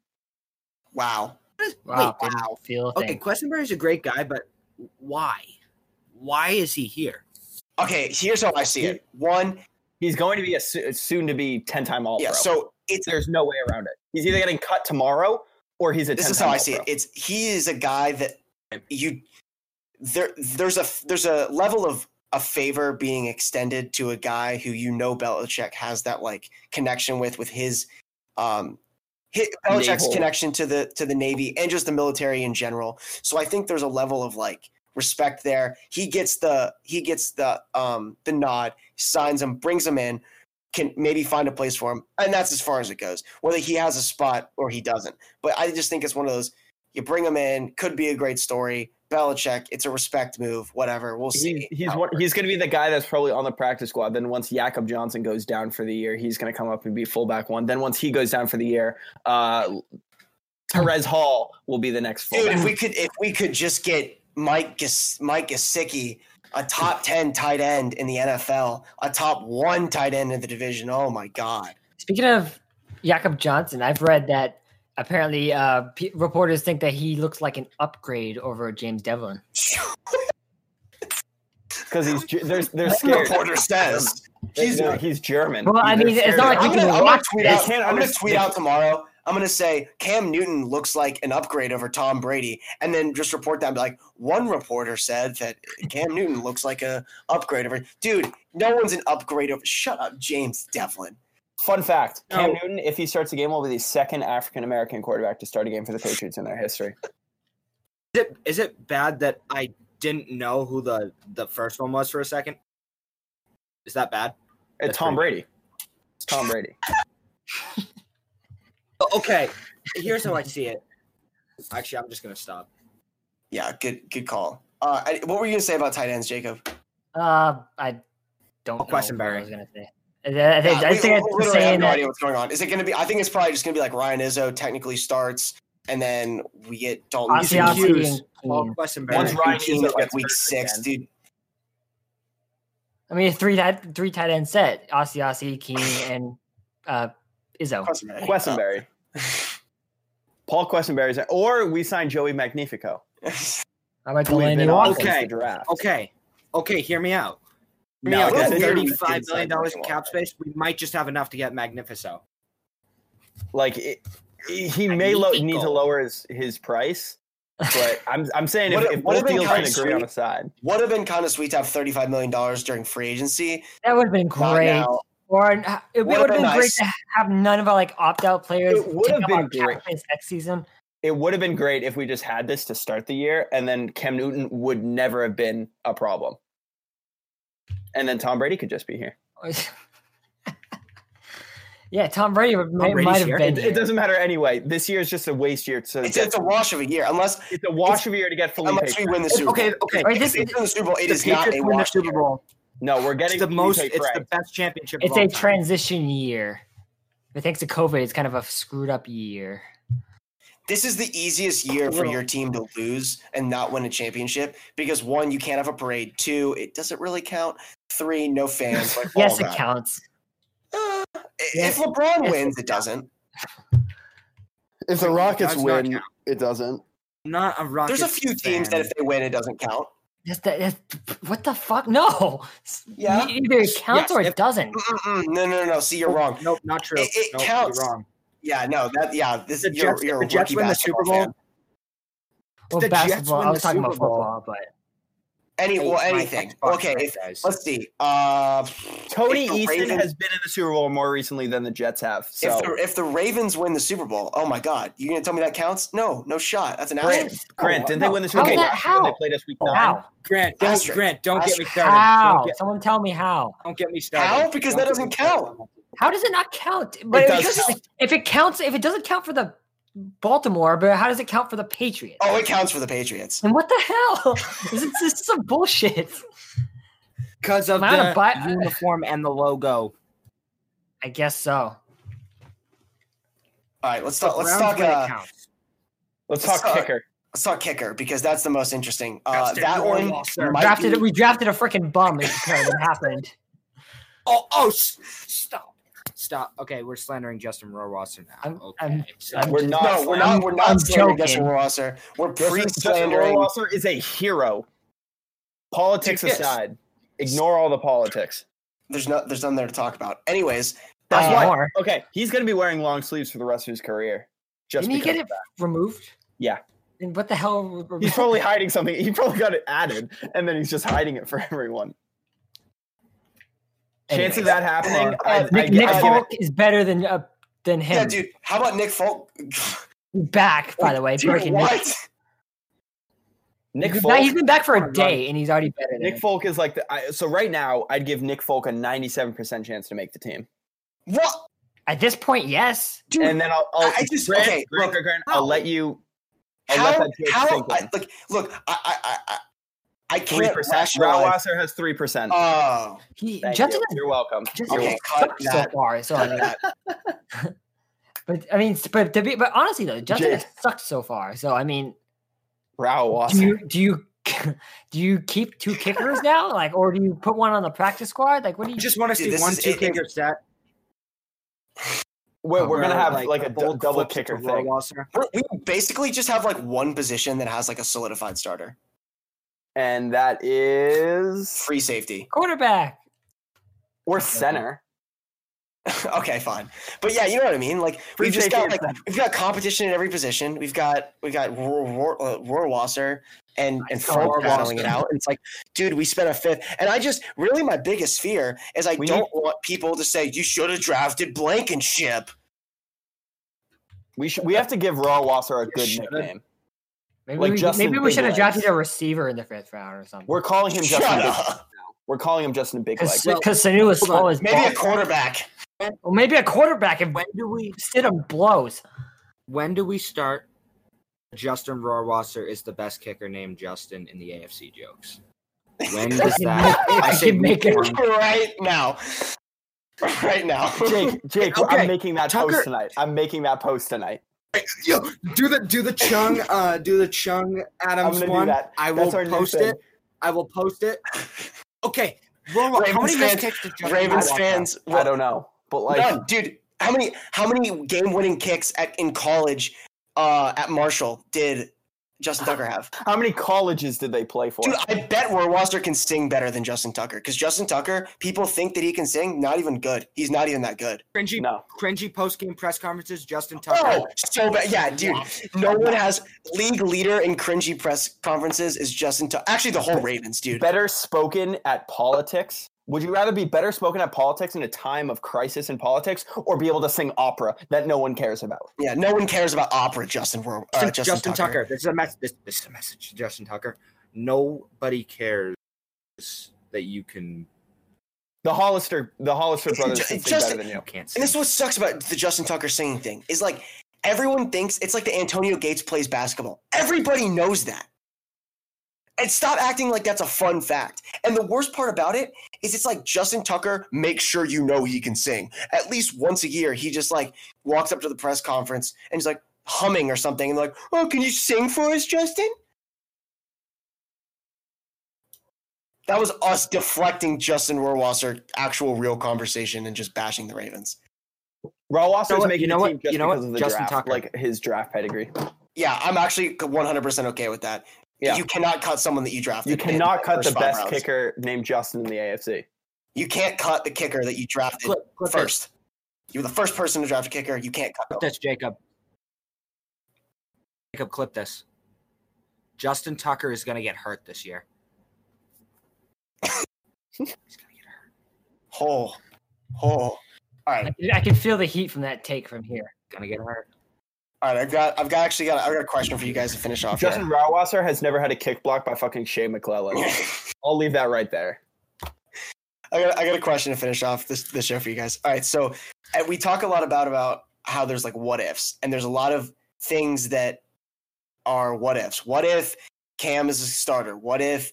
Speaker 2: Wow.
Speaker 3: wow,
Speaker 6: Wait,
Speaker 3: didn't
Speaker 6: wow.
Speaker 3: feel a
Speaker 6: Okay,
Speaker 3: thing.
Speaker 6: Questenberry is a great guy, but why? Why is he here?
Speaker 2: Okay, here's how I see it. One,
Speaker 5: He's going to be a so- soon to be ten time All
Speaker 2: yeah.
Speaker 5: Pro.
Speaker 2: So it's
Speaker 5: There's no way around it. He's either getting cut tomorrow or he's a.
Speaker 2: this is
Speaker 5: 10-time
Speaker 2: how I see it.
Speaker 5: All-Pro.
Speaker 2: It's he is a guy that you there there's a there's a level of a favor being extended to a guy who you know Belichick has that like connection with with his um his, Belichick's
Speaker 5: Naval.
Speaker 2: connection to the to the Navy and just the military in general. So I think there's a level of like respect there. He gets the he gets the um the nod, signs him, brings him in, can maybe find a place for him, and that's as far as it goes. Whether he has a spot or he doesn't, but I just think it's one of those you bring him in, could be a great story. Belichick, it's a respect move, whatever. We'll see.
Speaker 5: He's he's,
Speaker 2: how it
Speaker 5: one,
Speaker 2: works.
Speaker 5: he's going to be the guy that's probably on the practice squad. Then once Jakob Johnson goes down for the year, he's going to come up and be fullback one. Then once he goes down for the year, uh, Perez Hall will be the next
Speaker 2: dude.
Speaker 5: fullback.
Speaker 2: If we could, if we could just get Mike Gis, Mike Gesicki, a top ten tight end in the NFL, a top one tight end in the division. Oh my god,
Speaker 3: Speaking of Jakob Johnson, I've read that apparently uh, p- reporters think that he looks like an upgrade over James Devlin.
Speaker 5: because he's Ge- they're, they're
Speaker 2: That's what
Speaker 5: scared.
Speaker 2: Reporter says
Speaker 5: He's,
Speaker 2: he's.
Speaker 5: he's German.
Speaker 3: Well, I
Speaker 5: They're
Speaker 3: mean, it's
Speaker 5: scared
Speaker 3: not
Speaker 5: of
Speaker 3: like
Speaker 5: him.
Speaker 2: I'm
Speaker 3: we can
Speaker 2: gonna, I'm gonna
Speaker 3: watch
Speaker 2: tweet
Speaker 3: this.
Speaker 2: out.
Speaker 5: Can't
Speaker 2: I'm gonna
Speaker 5: understand-
Speaker 2: tweet out tomorrow. I'm gonna say Cam Newton looks like an upgrade over Tom Brady, and then just report that. and be like, one reporter said that Cam Newton looks like a upgrade over. Dude, no one's an upgrade over. Shut up, James Devlin.
Speaker 5: Fun fact:
Speaker 4: No.
Speaker 5: Cam Newton, if he starts a game, will be the second African American quarterback to start a game for the Patriots in their history. Uh,
Speaker 4: Is it is it bad that I didn't know who the the first one was for a second? Is that bad?
Speaker 5: It's
Speaker 4: That's
Speaker 5: Tom Brady. It's Tom Brady.
Speaker 4: Okay, here's how I see it. Actually, I'm just gonna stop.
Speaker 2: Yeah, good good call. Uh, I, what were you gonna say about tight ends, Jacob?
Speaker 3: Uh, I don't know
Speaker 4: question,
Speaker 3: what I
Speaker 4: Barry.
Speaker 3: was gonna say. I I think,
Speaker 2: Yeah,
Speaker 3: I
Speaker 2: we-
Speaker 3: think
Speaker 2: we
Speaker 3: it's
Speaker 2: literally have
Speaker 3: saying
Speaker 2: no
Speaker 3: that
Speaker 2: idea what's going on. Is it gonna be? I think it's probably just gonna be like Ryan Izzo technically starts, and then we get Dalton.
Speaker 3: Ossie,
Speaker 2: Keuchel.
Speaker 3: Ossie,
Speaker 4: Hughes.
Speaker 3: and
Speaker 4: Well,
Speaker 3: Keen.
Speaker 4: question, Barry.
Speaker 5: Once Ryan
Speaker 2: Keuchel
Speaker 5: Izzo
Speaker 2: at, like
Speaker 5: gets
Speaker 2: week
Speaker 5: hurt
Speaker 2: six,
Speaker 5: again.
Speaker 2: dude.
Speaker 3: I mean, a three tight three tight end set: Ossie, Ossie, Keen, and uh, Izzo.
Speaker 2: Questenberry.
Speaker 5: Questenberry. Paul Questenberry's, or we sign Joey Magnifico.
Speaker 3: How about
Speaker 5: who we've
Speaker 3: Delaney
Speaker 5: been on
Speaker 3: Walker?
Speaker 5: since
Speaker 4: Okay.
Speaker 5: the draft.
Speaker 4: Okay, okay, hear me out. Hear me
Speaker 5: No,
Speaker 4: out.
Speaker 2: that's
Speaker 4: With
Speaker 2: weird.
Speaker 4: Thirty-five million dollars in
Speaker 5: Inside
Speaker 4: cap space. We might just have enough to get Magnifico.
Speaker 5: Like it, he may lo- need to lower his, his price, but I'm I'm saying if,
Speaker 2: What-
Speaker 5: if
Speaker 2: what
Speaker 5: both
Speaker 2: have they
Speaker 5: deals
Speaker 2: done
Speaker 5: can agree on
Speaker 2: sweet?
Speaker 5: a side,
Speaker 2: Would have been kind of sweet to have thirty-five million dollars during free agency.
Speaker 3: That would have been
Speaker 2: Not
Speaker 3: great.
Speaker 2: now.
Speaker 3: Or it would
Speaker 2: Would've
Speaker 3: have
Speaker 2: been
Speaker 3: been great
Speaker 2: nice.
Speaker 3: to have none of our like opt out players.
Speaker 5: It would've
Speaker 3: take up our
Speaker 5: been great.
Speaker 3: cap space next season.
Speaker 5: it would have been great if we just had this to start the year, and then Cam Newton would never have been a problem, and then Tom Brady could just be here.
Speaker 3: yeah, Tom Brady would, might,
Speaker 4: Brady's
Speaker 3: might have
Speaker 4: here.
Speaker 3: been.
Speaker 5: It, it
Speaker 3: here.
Speaker 5: doesn't matter anyway. This year is just a waste year. So
Speaker 2: It's, it's a wash of a year, unless
Speaker 5: it's a wash of a year to get Felipe.
Speaker 2: unless we win the Super Bowl.
Speaker 4: Okay, okay.
Speaker 3: Or this
Speaker 2: If we
Speaker 3: is,
Speaker 2: win the Super Bowl, it
Speaker 4: the
Speaker 2: is not a
Speaker 4: Patriots win the
Speaker 2: wash.
Speaker 4: Super
Speaker 2: year.
Speaker 4: Bowl.
Speaker 5: No, we're getting
Speaker 4: It's the most.
Speaker 5: Felipe
Speaker 4: It's the
Speaker 5: Frank.
Speaker 4: best championship.
Speaker 3: it's
Speaker 4: of all
Speaker 3: a
Speaker 4: time.
Speaker 3: transition year. But thanks to COVID, it's kind of a screwed up year.
Speaker 2: This is the easiest year for your team to lose and not win a championship because one, you can't have a parade. Two, it doesn't really count. Three, no fans. Like all
Speaker 3: Yes, it
Speaker 2: that.
Speaker 3: counts.
Speaker 2: Uh, i-
Speaker 3: Yes.
Speaker 2: If LeBron
Speaker 3: Yes, it
Speaker 2: wins, it doesn't.
Speaker 7: If the
Speaker 4: Like,
Speaker 7: Rockets
Speaker 4: does not
Speaker 7: win,
Speaker 4: count.
Speaker 7: it doesn't.
Speaker 4: Not a rocket.
Speaker 2: There's a few teams that if they win, it doesn't count.
Speaker 3: That's the, that's, what the fuck? No. S-
Speaker 2: Yeah.
Speaker 3: Either it counts or
Speaker 4: Yes,
Speaker 3: it
Speaker 4: if-
Speaker 3: doesn't.
Speaker 2: Mm-mm, no, no, no, no. See, you're wrong.
Speaker 4: Nope, not true.
Speaker 2: It- it
Speaker 4: Nope,
Speaker 2: counts.
Speaker 4: You're wrong.
Speaker 2: Yeah, no, that yeah. This
Speaker 4: The
Speaker 2: you're,
Speaker 4: Jets-
Speaker 2: you're
Speaker 4: the
Speaker 2: a
Speaker 4: Jets
Speaker 2: rookie
Speaker 4: win the
Speaker 2: basketball
Speaker 4: Super Bowl?
Speaker 2: fan.
Speaker 3: Well,
Speaker 4: the Jets
Speaker 3: basketball.
Speaker 4: win
Speaker 3: I
Speaker 4: the
Speaker 3: was talking about
Speaker 4: Super Bowl-
Speaker 3: football, but
Speaker 2: Any well,
Speaker 4: Hate my
Speaker 2: anything.
Speaker 4: Xbox
Speaker 2: Okay, if,
Speaker 4: franchise.
Speaker 2: let's see. Uh,
Speaker 5: Tony
Speaker 2: If the
Speaker 5: Easton
Speaker 2: Ravens-
Speaker 5: has been in the Super Bowl more recently than the Jets have. So
Speaker 2: if, the, if the Ravens win the Super Bowl, oh my God, you gonna tell me that counts? No, no shot. That's an
Speaker 3: Grant,
Speaker 2: outrage.
Speaker 5: Grant, didn't they win the Super
Speaker 3: How's
Speaker 5: Bowl
Speaker 3: that-
Speaker 5: last year
Speaker 3: Oh,
Speaker 5: when
Speaker 3: how?
Speaker 5: they played us week nine?
Speaker 3: Oh, how?
Speaker 4: Grant, don't,
Speaker 2: Asterisk.
Speaker 4: Grant, don't get me
Speaker 2: Asterisk.
Speaker 4: started.
Speaker 3: How?
Speaker 4: Don't get,
Speaker 3: Someone tell me how.
Speaker 4: don't get me started.
Speaker 2: How? Because that
Speaker 4: Don't get
Speaker 2: doesn't
Speaker 4: me started.
Speaker 3: How does it not count? But if,
Speaker 5: does
Speaker 3: because if- if it counts, if it doesn't count for the Baltimore, but how does it count for the Patriots?
Speaker 2: Oh, it counts for the Patriots.
Speaker 3: And what the hell? this, is, this is some bullshit.
Speaker 4: Because of
Speaker 3: Am I on a
Speaker 4: the
Speaker 3: bi-
Speaker 4: uniform and the logo.
Speaker 3: I guess so.
Speaker 2: All right, let's talk. Let's
Speaker 4: Browns
Speaker 2: talk.
Speaker 4: win, it
Speaker 2: Uh,
Speaker 4: counts.
Speaker 5: Let's talk
Speaker 2: Suck.
Speaker 5: kicker.
Speaker 2: let's talk kicker because that's the most interesting. Uh,
Speaker 4: Justin,
Speaker 2: that
Speaker 4: you are
Speaker 2: one
Speaker 4: lost, sir.
Speaker 2: might
Speaker 3: drafted
Speaker 2: be-
Speaker 3: we drafted a freaking bum is apparently what happened.
Speaker 4: Oh, oh, s- stop. Stop. Okay, we're slandering Justin Rohrwasser now.
Speaker 3: I'm-
Speaker 4: okay.
Speaker 3: I'm-
Speaker 4: so-
Speaker 3: I'm-
Speaker 5: We're not.
Speaker 2: No, we're not. We're not
Speaker 3: I'm
Speaker 2: slandering
Speaker 3: joking.
Speaker 2: Justin Rohrwasser. We're
Speaker 5: Justin- Justin
Speaker 2: pre-slandering.
Speaker 5: Rohrwasser is a hero. Politics
Speaker 4: Yes.
Speaker 5: aside, ignore all the politics.
Speaker 2: There's no. There's nothing there to talk about. Anyways,
Speaker 5: That's
Speaker 3: Not
Speaker 5: why-
Speaker 3: anymore.
Speaker 5: Uh, Okay, he's going to be wearing long sleeves for the rest of his career. Just
Speaker 3: Didn't he
Speaker 5: because
Speaker 3: get it
Speaker 5: of that.
Speaker 3: removed?
Speaker 5: Yeah.
Speaker 3: And what the hell?
Speaker 5: He's probably hiding something. He probably got it added, and then he's just hiding it for everyone. Chance
Speaker 3: Anyways.
Speaker 5: of that happening. I, I,
Speaker 3: Nick,
Speaker 5: gi-
Speaker 3: Nick
Speaker 5: I give it.
Speaker 3: Folk is better than uh, than him.
Speaker 2: yeah, dude. How about Nick Folk?
Speaker 3: He's back, by the way.
Speaker 2: Dude,
Speaker 3: breaking news.
Speaker 2: what?
Speaker 5: Nick
Speaker 3: He's
Speaker 5: Folk.
Speaker 3: back- he's been back for
Speaker 4: Oh my
Speaker 3: a
Speaker 4: God.
Speaker 3: day and he's already better than
Speaker 5: Nick
Speaker 3: him.
Speaker 5: Folk is like the I, so right now. I'd give Nick Folk a ninety-seven percent chance to make the team,
Speaker 2: What?
Speaker 3: At this point, yes.
Speaker 2: Dude,
Speaker 5: and then I'll, I'll
Speaker 2: I- I just-
Speaker 5: Grant,
Speaker 2: okay,
Speaker 5: Grant,
Speaker 2: look,
Speaker 5: Grant, I'll let you. I'll
Speaker 2: how?
Speaker 5: let that joke
Speaker 2: How?
Speaker 5: sink
Speaker 2: I,
Speaker 5: in.
Speaker 2: like, look. I. I. I. I, I
Speaker 5: Three
Speaker 2: can't
Speaker 5: percent.
Speaker 2: rationalize.
Speaker 5: Rottwasser has three percent.
Speaker 2: Oh.
Speaker 3: He
Speaker 5: Thank
Speaker 3: Justin
Speaker 5: you.
Speaker 3: has
Speaker 5: You're welcome.
Speaker 3: Justin
Speaker 5: You're
Speaker 2: Okay. Cut
Speaker 5: welcome.
Speaker 3: sucked so
Speaker 2: that.
Speaker 3: far. So I mean,
Speaker 2: that.
Speaker 3: but I mean, but to be, but honestly though, Justin
Speaker 5: Jay-
Speaker 3: has sucked so far. So I mean, do
Speaker 5: Rottwasser.
Speaker 3: you do you do you keep two kickers now, like, or do you put one on the practice squad? Like, what do
Speaker 4: I
Speaker 3: you?
Speaker 4: just want to
Speaker 2: Dude,
Speaker 4: see
Speaker 2: this
Speaker 4: one
Speaker 2: is-
Speaker 4: two
Speaker 2: it-
Speaker 4: kicker stat.
Speaker 5: We're, we're gonna
Speaker 4: Where,
Speaker 5: have like, a d-
Speaker 4: bold
Speaker 5: double
Speaker 4: flips to
Speaker 5: kicker
Speaker 4: Roy
Speaker 5: thing.
Speaker 4: Walser.
Speaker 2: We're- We basically just have like one position that has like a solidified starter,
Speaker 5: and that is
Speaker 2: free safety.
Speaker 3: Quarterback.
Speaker 5: we're center.
Speaker 2: okay, fine. But yeah, you know what I mean. Like
Speaker 5: Free
Speaker 2: we've just got
Speaker 5: safety
Speaker 2: like
Speaker 5: is
Speaker 2: we've got competition in every position. We've got we've got Roar Roar- uh, Roar Wasser and and
Speaker 3: saw
Speaker 2: Frank
Speaker 3: Roar
Speaker 2: battling it
Speaker 3: Wasser.
Speaker 2: out. And it's like, dude, we spent a fifth. And I just really my biggest fear is I
Speaker 5: We
Speaker 2: don't want people to say you should have drafted Blankenship.
Speaker 5: We should we have to give Raw Wasser a good
Speaker 4: should've.
Speaker 5: nickname.
Speaker 3: Maybe
Speaker 5: Like
Speaker 3: we,
Speaker 5: Justin
Speaker 3: maybe we
Speaker 5: Big
Speaker 3: should have
Speaker 5: Legs.
Speaker 3: drafted a receiver in the fifth round or something.
Speaker 5: We're calling him
Speaker 2: Shut
Speaker 5: Justin. Big,
Speaker 2: up.
Speaker 5: we're calling him Justin Big Leg.
Speaker 3: Because Sanu is
Speaker 6: hold on.
Speaker 3: slow as
Speaker 2: Maybe a
Speaker 3: balls.
Speaker 2: quarterback.
Speaker 3: Well, maybe a quarterback if
Speaker 6: When do we
Speaker 3: Stidham blows.
Speaker 4: When do we start? Justin Rohrwasser is the best kicker named Justin in the AFC jokes. When does that?
Speaker 3: I
Speaker 4: say
Speaker 3: can make
Speaker 4: week
Speaker 3: it.
Speaker 4: one.
Speaker 2: right now. Right now.
Speaker 5: Jake, Jake,
Speaker 6: Okay,
Speaker 5: I'm making that
Speaker 6: Tucker-
Speaker 5: post tonight. I'm making that post tonight.
Speaker 4: Yo, do the do the Chung uh do the Chung
Speaker 5: I'm
Speaker 4: Adams
Speaker 5: gonna
Speaker 4: one.
Speaker 5: do that.
Speaker 4: I will
Speaker 5: That's our new
Speaker 4: post
Speaker 5: thing.
Speaker 4: it. I will post it.
Speaker 6: Okay. Roll up. How
Speaker 2: Ravens
Speaker 6: many missed
Speaker 2: fans-
Speaker 6: kicks did Justin
Speaker 2: Ravens
Speaker 6: Rohrwasser
Speaker 2: fans.
Speaker 5: I don't know, but like
Speaker 2: None, dude. How many how many game winning kicks at, in college uh, at Marshall did Justin Tucker have?
Speaker 5: How many colleges did they play for?
Speaker 2: Dude, I bet Warwaster can sing better than Justin Tucker because Justin Tucker, people think that he can sing. Not even good. He's not even that good.
Speaker 6: have? Cringy,
Speaker 5: no.
Speaker 6: cringy post game press conferences. Justin Tucker.
Speaker 2: Oh, so bad. Yeah, dude. No one has league leader in cringy press conferences is Justin Tucker. Actually, the whole Ravens, dude.
Speaker 5: Better spoken at politics. Would you rather be better spoken at politics in a time of crisis in politics or be able to sing opera that no one cares about?
Speaker 2: Yeah, no one cares about opera. Justin, War- uh,
Speaker 4: Justin,
Speaker 2: Justin,
Speaker 4: Justin Tucker.
Speaker 2: Tucker.
Speaker 4: This is a message. This, this is a message. to Justin Tucker. Nobody cares that you can
Speaker 5: The Hollister the Hollister brothers
Speaker 2: Ju-
Speaker 5: can sing
Speaker 2: just-
Speaker 5: better than
Speaker 4: you
Speaker 5: you.
Speaker 4: can't.
Speaker 2: And this is
Speaker 4: sing.
Speaker 2: what sucks about the Justin Tucker singing thing is like everyone thinks it's like the Antonio Gates plays basketball. Everybody knows that. And stop acting like that's a fun fact. And the worst part about it is it's like Justin Tucker makes sure you know he can sing. At least once a year, he just like walks up to the press conference and he's like humming or something and like, oh, can you sing for us, Justin? That was us deflecting Justin Rohrwasser actual real conversation and just bashing the Ravens.
Speaker 5: Rawwasser's
Speaker 4: You know what-
Speaker 5: making
Speaker 4: you know
Speaker 5: the
Speaker 4: what-
Speaker 5: team just
Speaker 4: you know what?
Speaker 5: because of the
Speaker 4: Justin
Speaker 5: draft,
Speaker 4: Tucker.
Speaker 5: like his draft pedigree.
Speaker 2: Yeah, I'm actually 100% okay with that.
Speaker 5: Yeah.
Speaker 2: You cannot cut someone that you drafted.
Speaker 5: You cannot
Speaker 2: in
Speaker 5: cut
Speaker 2: first
Speaker 5: the
Speaker 2: five
Speaker 5: best
Speaker 2: rounds.
Speaker 5: kicker named Justin in the AFC.
Speaker 2: You can't cut the kicker that you drafted
Speaker 4: Clip, clip this.
Speaker 2: first. You were the first person to draft a kicker. You can't cut
Speaker 4: Clip
Speaker 2: them.
Speaker 4: this, Jacob. Jacob, clip this. Justin Tucker is going to get hurt this year. He's going to get hurt.
Speaker 2: Whole. Whole. Oh, All right.
Speaker 3: I can, I can feel the heat from that take from here.
Speaker 4: Going to get hurt.
Speaker 2: All right. I've got, I've got actually got, I've got a question for you guys to finish off.
Speaker 5: Justin Rawwasser has never had a kick block by fucking Shea McClellan.
Speaker 2: Here.
Speaker 5: I'll leave that right there.
Speaker 2: I got, I got a question to finish off this, this show for you guys. All right, so and we talk a lot about about how there's like what ifs, and there's a lot of things that are what ifs. What if Cam is a starter? What if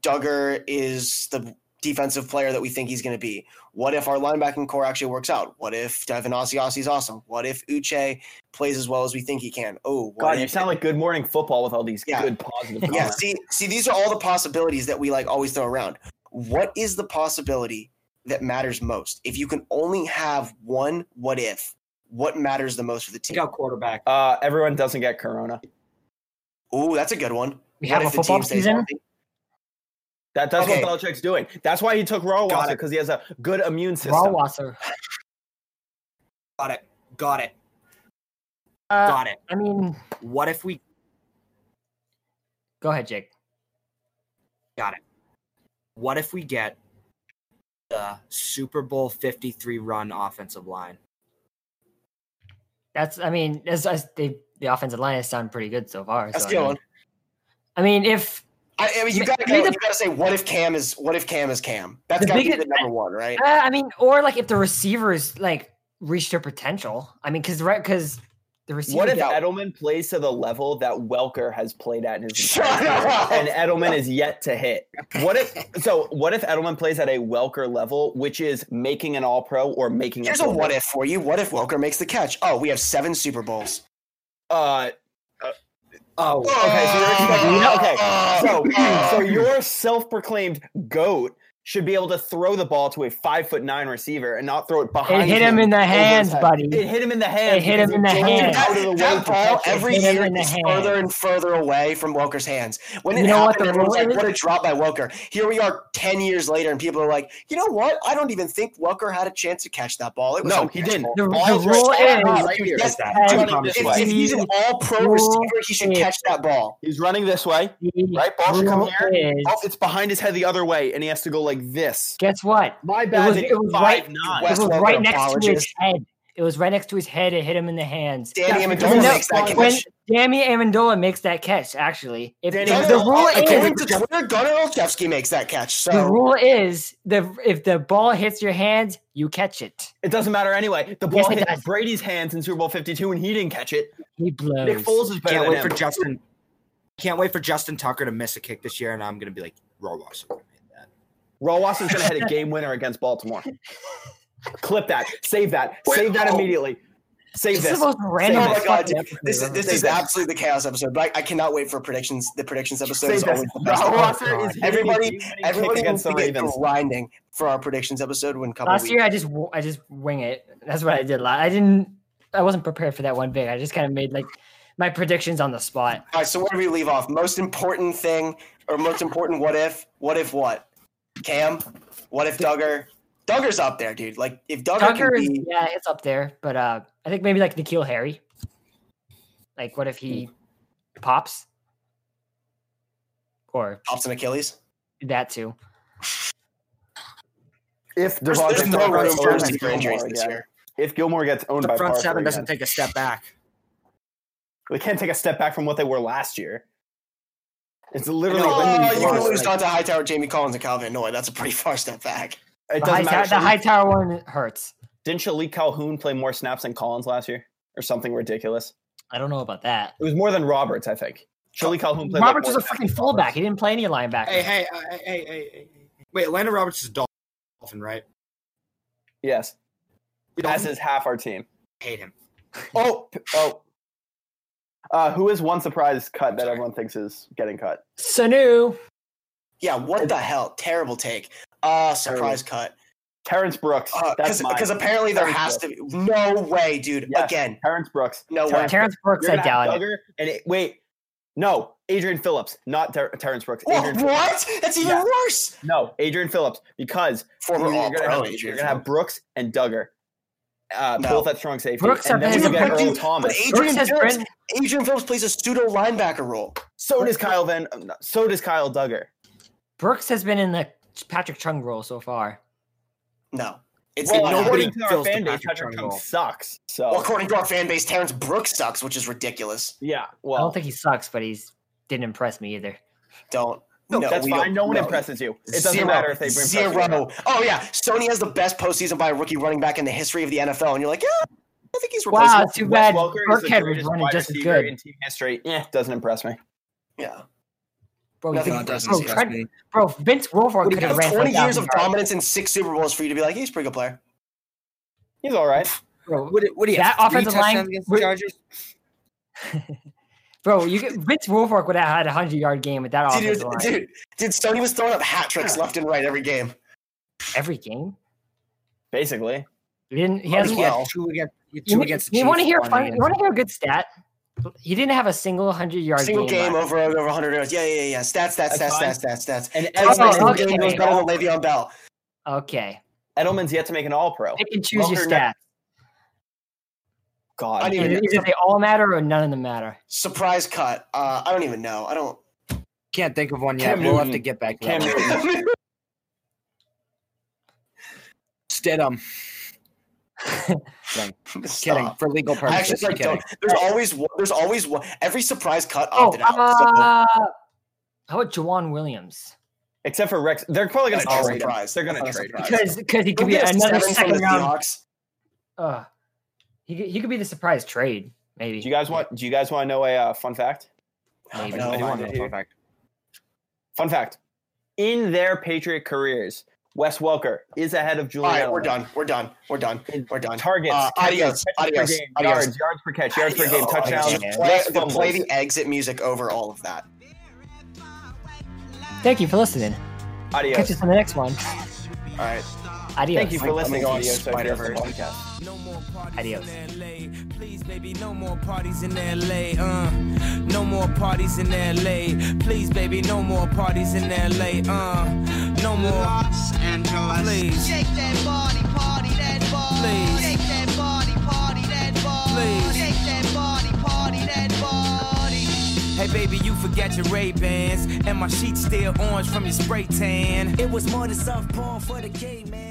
Speaker 2: Duggar is the defensive player that we think he's going to be? What if our linebacking core actually works out? What if Devin Asiasi is awesome? What if Uche plays as well as we think he can? Oh, what
Speaker 5: God, you
Speaker 2: if-
Speaker 5: sound like Good Morning Football with all these
Speaker 2: Yeah.
Speaker 5: good positive comments.
Speaker 2: yeah, see, see, these are all the possibilities that we like always throw around. What is the possibility that matters most? If you can only have one what if, what matters the most for the
Speaker 4: Take
Speaker 2: team?
Speaker 4: out quarterback.
Speaker 5: Uh, everyone doesn't get corona.
Speaker 2: Ooh, that's a good one.
Speaker 3: We
Speaker 2: What
Speaker 3: have a
Speaker 2: if the
Speaker 3: football
Speaker 2: team stays
Speaker 3: season.
Speaker 2: healthy?
Speaker 5: That, that's
Speaker 2: Okay.
Speaker 5: what Belichick's doing. That's why he took Raw
Speaker 4: Got
Speaker 5: Wasser
Speaker 4: it.
Speaker 5: because he has a good immune system.
Speaker 3: Raw Wasser.
Speaker 4: Got it. Got it.
Speaker 3: Uh,
Speaker 4: Got it.
Speaker 3: I mean,
Speaker 4: What if we
Speaker 3: go ahead, Jake.
Speaker 4: what if we get the Super Bowl 53 run offensive line?
Speaker 3: That's. I mean, as, as they, the offensive line has sounded pretty good so far.
Speaker 2: That's
Speaker 3: so,
Speaker 2: a good
Speaker 3: I
Speaker 2: one.
Speaker 3: mean- I mean, if
Speaker 2: I, I mean, you
Speaker 3: Ma-
Speaker 2: gotta
Speaker 3: I mean,
Speaker 2: go,
Speaker 3: the-
Speaker 2: you gotta say what if Cam is what if Cam is Cam? That's
Speaker 3: The
Speaker 2: gotta be
Speaker 3: biggest-
Speaker 2: the number one, right?
Speaker 3: uh, I mean, or like if the receivers like reach their potential. I mean, because right, because the receiver.
Speaker 5: What if
Speaker 3: gap-
Speaker 5: Edelman plays to the level that Welker has played at in his
Speaker 2: Shut
Speaker 5: entire career,
Speaker 2: up!
Speaker 5: and Edelman is yet to hit? What if so? What if Edelman plays at a Welker level, which is making an All Pro or making
Speaker 2: Here's a
Speaker 5: Pro Bowl?
Speaker 2: what if for you. What if Welker makes the catch? Oh, we have seven Super Bowls.
Speaker 5: Uh,
Speaker 4: Oh,
Speaker 5: okay, so you're expecting-
Speaker 2: Uh,
Speaker 3: Oh.
Speaker 5: okay,
Speaker 2: uh,
Speaker 5: so
Speaker 2: uh,
Speaker 5: so your self-proclaimed goat should be able to throw the ball to a five foot nine receiver and not throw it behind.
Speaker 3: It hit him in the
Speaker 5: over his
Speaker 3: hands,
Speaker 5: head.
Speaker 3: buddy.
Speaker 5: It hit him in the hands.
Speaker 3: It hit him
Speaker 5: because
Speaker 3: in the
Speaker 5: he
Speaker 3: hands.
Speaker 5: jumped Out of the way
Speaker 2: that
Speaker 5: to
Speaker 2: ball
Speaker 5: catch it.
Speaker 2: every
Speaker 3: Hit him
Speaker 2: year
Speaker 3: in the
Speaker 2: is
Speaker 3: hand.
Speaker 2: further and further away from Welker's hands. When it
Speaker 3: You know what
Speaker 2: happened,
Speaker 3: the
Speaker 2: everyone was
Speaker 3: rule
Speaker 2: like, "What a
Speaker 3: is?
Speaker 2: drop by Welker!" Here we are, ten years later, and people are like, "You know what? I don't even think Welker had a chance to catch that ball. It was
Speaker 5: No, he didn't.
Speaker 3: The, the
Speaker 2: Balls were
Speaker 3: rule
Speaker 2: stacked
Speaker 3: is
Speaker 2: up. Yes,
Speaker 3: Hey,
Speaker 2: Johnny,
Speaker 5: Tom,
Speaker 2: if,
Speaker 5: this way.
Speaker 2: if he's an all-pro
Speaker 3: Rule
Speaker 2: receiver, he should
Speaker 3: is-
Speaker 2: catch that ball.
Speaker 5: He's running this way.
Speaker 3: the
Speaker 5: Right, ball should come
Speaker 3: rule
Speaker 5: here.
Speaker 3: is-
Speaker 5: Oh, it's behind his head the other way, and he has to go like this.
Speaker 3: guess what?
Speaker 7: My
Speaker 3: It
Speaker 7: bad.
Speaker 3: was,
Speaker 5: Bad
Speaker 3: it was
Speaker 5: five,
Speaker 3: right.
Speaker 5: nine.
Speaker 3: It was
Speaker 2: West
Speaker 3: right
Speaker 2: Welker
Speaker 3: next to his
Speaker 2: apologist.
Speaker 3: head. It was right next to his head. It hit him in the hands.
Speaker 2: Danny
Speaker 7: Yeah,
Speaker 2: Amendola
Speaker 7: because
Speaker 2: makes that
Speaker 7: that's
Speaker 2: catch.
Speaker 3: when Dami Amendola makes that catch, actually, if,
Speaker 5: Danny
Speaker 3: if
Speaker 2: Gunnar-
Speaker 3: the rule
Speaker 2: according to
Speaker 3: is
Speaker 2: Twitter, Gunnar Olszewski makes that catch. So
Speaker 3: the rule is the if the ball hits your hands, you catch it.
Speaker 5: It doesn't matter anyway. The
Speaker 3: Yes,
Speaker 5: ball
Speaker 3: it
Speaker 5: hit
Speaker 3: does.
Speaker 5: Brady's hands in Super Bowl 52 and he didn't catch it.
Speaker 3: He blows.
Speaker 5: Nick Foles is better
Speaker 4: Can't
Speaker 5: than
Speaker 4: wait
Speaker 5: him.
Speaker 4: for Justin. Can't wait for Justin Tucker to miss a kick this year, and I'm gonna be like, Roy Ross.
Speaker 5: Raul Watson's going to hit a game winner against Baltimore. Clip that. Save that. Save that immediately. Save
Speaker 3: It's the
Speaker 5: this.
Speaker 3: most random.
Speaker 2: Oh my God,
Speaker 3: fucking episode
Speaker 2: this is
Speaker 3: I've
Speaker 2: this
Speaker 3: ever
Speaker 2: is absolutely the chaos episode. But I, I cannot wait for predictions. The predictions episode
Speaker 5: Save
Speaker 2: is
Speaker 5: this.
Speaker 2: always the best.
Speaker 5: Raul Watson
Speaker 3: God.
Speaker 5: is hitting
Speaker 2: Everybody-
Speaker 5: a game-winning
Speaker 2: Everybody
Speaker 5: kick
Speaker 2: against
Speaker 5: against the Ravens.
Speaker 2: grinding for our predictions episode when couple
Speaker 3: Last
Speaker 2: weeks.
Speaker 3: year, I just w- I just wing it. That's what I did. la- I didn't. I wasn't prepared for that one big. I just kind of made like my predictions on the spot.
Speaker 2: All right, so where do we leave off? Most important thing or most important what if? What if what? Cam? What if Duggar? Duggar's up there, dude. Like if Duggar,
Speaker 3: Tucker
Speaker 2: can
Speaker 3: is
Speaker 2: be
Speaker 3: yeah, it's up there, but uh, I think maybe like Nikhil Harry. Like, what if he
Speaker 2: Hmm.
Speaker 3: pops? Or
Speaker 2: pops and Achilles,
Speaker 3: that too.
Speaker 5: If
Speaker 2: there's, there's
Speaker 5: Devontae
Speaker 2: no
Speaker 5: Parker
Speaker 2: room
Speaker 5: gets
Speaker 2: for
Speaker 5: owned by
Speaker 2: receiver injuries
Speaker 5: Gilmore
Speaker 2: this
Speaker 5: again-
Speaker 2: year.
Speaker 5: If Gilmore gets owned
Speaker 4: The
Speaker 5: by
Speaker 4: front
Speaker 5: Parker
Speaker 4: seven doesn't
Speaker 5: again,
Speaker 4: take a step back.
Speaker 5: they can't take a step back from what they were last year. It's literally
Speaker 2: Oh,
Speaker 5: Linden's
Speaker 2: you can
Speaker 5: loss,
Speaker 2: lose
Speaker 5: like,
Speaker 2: Dante Hightower, Jamie Collins, and Calvin Noy. That's a pretty far step back.
Speaker 5: It
Speaker 3: The high,
Speaker 5: doesn't
Speaker 3: tower,
Speaker 5: matter.
Speaker 3: the high tower one hurts.
Speaker 5: Didn't Shalik Calhoun play more snaps than Collins last year, or something ridiculous?
Speaker 3: I don't know about that.
Speaker 5: It was more than Roberts, I think. Shalik Calhoun played. like,
Speaker 3: Roberts was
Speaker 5: more
Speaker 3: a
Speaker 5: snaps
Speaker 3: freaking
Speaker 5: than
Speaker 3: fullback.
Speaker 5: Roberts.
Speaker 3: He didn't play any linebacker.
Speaker 4: Hey, hey, uh, hey, hey, hey, hey. Wait, Landon Roberts is Dolphin, right?
Speaker 5: Yes, as
Speaker 4: Dolphin?
Speaker 5: is half our team.
Speaker 4: I hate him.
Speaker 5: Oh, p- oh. Uh, who is one surprise cut that everyone thinks is getting cut?
Speaker 3: Sanu.
Speaker 2: Yeah, what the hell? Terrible take. Uh surprise cut.
Speaker 5: Terrence Brooks.
Speaker 2: Uh,
Speaker 5: That's mine.
Speaker 2: Because apparently there
Speaker 5: Terrence
Speaker 2: has to be no way, dude.
Speaker 5: Yes.
Speaker 2: Again.
Speaker 5: Terrence Brooks.
Speaker 2: No way.
Speaker 5: Terrence-
Speaker 3: Terrence Brooks,
Speaker 5: You're
Speaker 3: I
Speaker 5: gonna have
Speaker 3: doubt it.
Speaker 5: Duggar and it- wait, no, Adrian Phillips, not Ter- Terrence Brooks.
Speaker 2: Whoa,
Speaker 5: Adrian Phillips.
Speaker 2: what? That's even
Speaker 5: Yeah.
Speaker 2: worse.
Speaker 5: No, Adrian Phillips, because
Speaker 2: Former
Speaker 5: you're
Speaker 2: all
Speaker 5: gonna
Speaker 2: pro
Speaker 5: have-
Speaker 2: Oh, Adrian.
Speaker 5: you're gonna have Brooks and Duggar. Uh,
Speaker 2: No.
Speaker 5: both at strong safety.
Speaker 3: Brooks
Speaker 5: and
Speaker 3: have
Speaker 5: then you
Speaker 3: been-
Speaker 5: get
Speaker 2: But
Speaker 5: Earl
Speaker 2: dude, But
Speaker 5: Thomas.
Speaker 2: Adrian
Speaker 3: Brooks has
Speaker 2: Phillips,
Speaker 3: Brent,
Speaker 2: Adrian Phillips plays a pseudo linebacker role.
Speaker 5: So does Kyle Van. um, So does Kyle Duggar.
Speaker 3: Brooks has been in the Patrick Chung role so far.
Speaker 2: No, it's
Speaker 5: Well,
Speaker 2: not
Speaker 4: nobody
Speaker 5: according to our
Speaker 4: fills the
Speaker 5: fan base,
Speaker 4: Patrick
Speaker 5: Patrick
Speaker 4: Chung
Speaker 5: Chung
Speaker 4: role.
Speaker 5: sucks.
Speaker 2: Well,
Speaker 5: So
Speaker 2: according to our fan base, Terrence Brooks sucks, which is ridiculous.
Speaker 5: yeah,
Speaker 3: I don't
Speaker 5: well,
Speaker 3: think he sucks, but he's didn't impress me either.
Speaker 2: Don't.
Speaker 5: no, that's
Speaker 2: we
Speaker 5: fine.
Speaker 2: don't-
Speaker 5: No one impresses you. It doesn't
Speaker 2: Zero.
Speaker 5: matter if they bring
Speaker 2: zero. Oh yeah, Sony has the best postseason by a rookie running back in the history of the NFL, and you're like, yeah, I think he's
Speaker 3: Wow,
Speaker 2: replacing.
Speaker 3: too bad Burkhead was running just as good.
Speaker 5: in team history. Yeah, doesn't impress me.
Speaker 2: Yeah,
Speaker 3: Bro,
Speaker 2: Nothing
Speaker 3: you-
Speaker 2: doesn't
Speaker 3: bro,
Speaker 2: surprise
Speaker 3: Trent- bro, Vince Wilfork could
Speaker 2: It
Speaker 3: have
Speaker 2: took
Speaker 3: ran for
Speaker 2: 20 years
Speaker 3: 1,000
Speaker 2: of
Speaker 3: yards.
Speaker 2: dominance and six Super Bowls for you to be like, he's a pretty good player.
Speaker 5: He's all right.
Speaker 3: Bro,
Speaker 6: What, do- what do you
Speaker 3: That
Speaker 6: have? Three
Speaker 3: offensive line-
Speaker 6: touchdowns against the
Speaker 3: Wait.
Speaker 6: Chargers.
Speaker 3: bro, you could, Vince Wilfork would have had a hundred yard game at that
Speaker 2: Dude, he was-
Speaker 3: offensive line
Speaker 2: dude, dude, Sony was throwing up hat tricks left and right every game.
Speaker 3: every game.
Speaker 5: Basically,
Speaker 3: He didn't. He
Speaker 2: Well,
Speaker 3: hasn't.
Speaker 6: He had
Speaker 2: Well.
Speaker 6: two against, he had two
Speaker 3: You,
Speaker 6: against the
Speaker 3: you want to
Speaker 6: Chiefs,
Speaker 3: hear
Speaker 6: one
Speaker 3: fun? You
Speaker 6: against-
Speaker 3: want to hear a good stat? He didn't have a single hundred yard
Speaker 2: Single game
Speaker 3: last-
Speaker 2: over over 100 yards. Yeah, yeah, yeah. Stats, stats,
Speaker 5: That's
Speaker 2: stats,
Speaker 5: fine.
Speaker 2: stats, stats, stats.
Speaker 5: and
Speaker 2: Every
Speaker 3: Oh,
Speaker 2: single
Speaker 5: Edelman,
Speaker 3: okay.
Speaker 2: game goes better than Le'Veon Bell.
Speaker 3: Okay,
Speaker 5: Edelman's yet to make an All Pro.
Speaker 3: pick and choose your
Speaker 5: Wilker
Speaker 3: stats.
Speaker 5: never- God,
Speaker 2: I didn't
Speaker 3: Either
Speaker 2: even
Speaker 3: either they all matter or none of them matter.
Speaker 2: surprise cut. Uh, I don't even know. I don't.
Speaker 6: Can't think of one yet.
Speaker 5: Cam
Speaker 6: we'll have to
Speaker 5: Newton.
Speaker 6: get back to
Speaker 5: Cam
Speaker 6: that. one.
Speaker 5: Newton.
Speaker 6: Stidham.
Speaker 2: Stop.
Speaker 6: Kidding. For legal purposes.
Speaker 2: I actually like
Speaker 6: kidding.
Speaker 2: don't. There's always one. There's always one. Every surprise cut
Speaker 3: Oh,
Speaker 2: opted out. so
Speaker 3: uh, how about Jawan Williams?
Speaker 5: except for Rex, they're probably going
Speaker 2: that's not
Speaker 5: to
Speaker 2: a
Speaker 5: trade him.
Speaker 2: surprise.
Speaker 5: They're going to
Speaker 2: That's not a
Speaker 5: trade him.
Speaker 2: surprise.
Speaker 3: Because because he could
Speaker 2: Don't
Speaker 3: be
Speaker 2: get a seven
Speaker 3: another
Speaker 2: from
Speaker 3: second
Speaker 2: the
Speaker 3: round.
Speaker 2: Seahawks.
Speaker 3: Uh, he could- he could be the surprise trade maybe.
Speaker 5: Do you guys want? Do you guys want to know a uh, fun fact?
Speaker 3: Maybe.
Speaker 2: No,
Speaker 5: I do
Speaker 2: I
Speaker 5: want to
Speaker 2: do.
Speaker 5: know a fun fact. Fun fact: in their Patriot careers, Wes Welker is ahead of
Speaker 2: All
Speaker 5: Julian.
Speaker 2: right, we're
Speaker 5: Edelman.
Speaker 2: done. We're done. We're done. We're done.
Speaker 5: Targets,
Speaker 2: Uh,
Speaker 5: catches,
Speaker 2: adios,
Speaker 5: catches
Speaker 2: adios,
Speaker 5: per game,
Speaker 2: adios.
Speaker 5: yards, yards per catch, yards per game,
Speaker 2: Oh,
Speaker 5: touchdowns,
Speaker 2: just play,
Speaker 5: flags,
Speaker 2: the, play
Speaker 5: fumbles.
Speaker 2: the exit music over all of that.
Speaker 3: Thank you for listening.
Speaker 5: Adios.
Speaker 3: Catch us on the next one.
Speaker 2: All right.
Speaker 3: Adios.
Speaker 5: Thank you for
Speaker 2: I'm
Speaker 5: listening to
Speaker 2: gonna go
Speaker 5: Audio Tech
Speaker 2: Spider-Verse.
Speaker 5: Podcast.
Speaker 8: No more parties
Speaker 3: Adios.
Speaker 8: in LA. Please, baby, no more parties in LA. Uh, no more parties in LA. Please, baby, no more parties in LA. Uh, no more. Los Angeles. Please. Shake that body, party that body. Please. Shake that body, party that body. Please. Shake that body, party that body. Hey baby, you forgot your Ray Bans and my sheets still orange from your spray tan. It was more than soft porn for the gay man.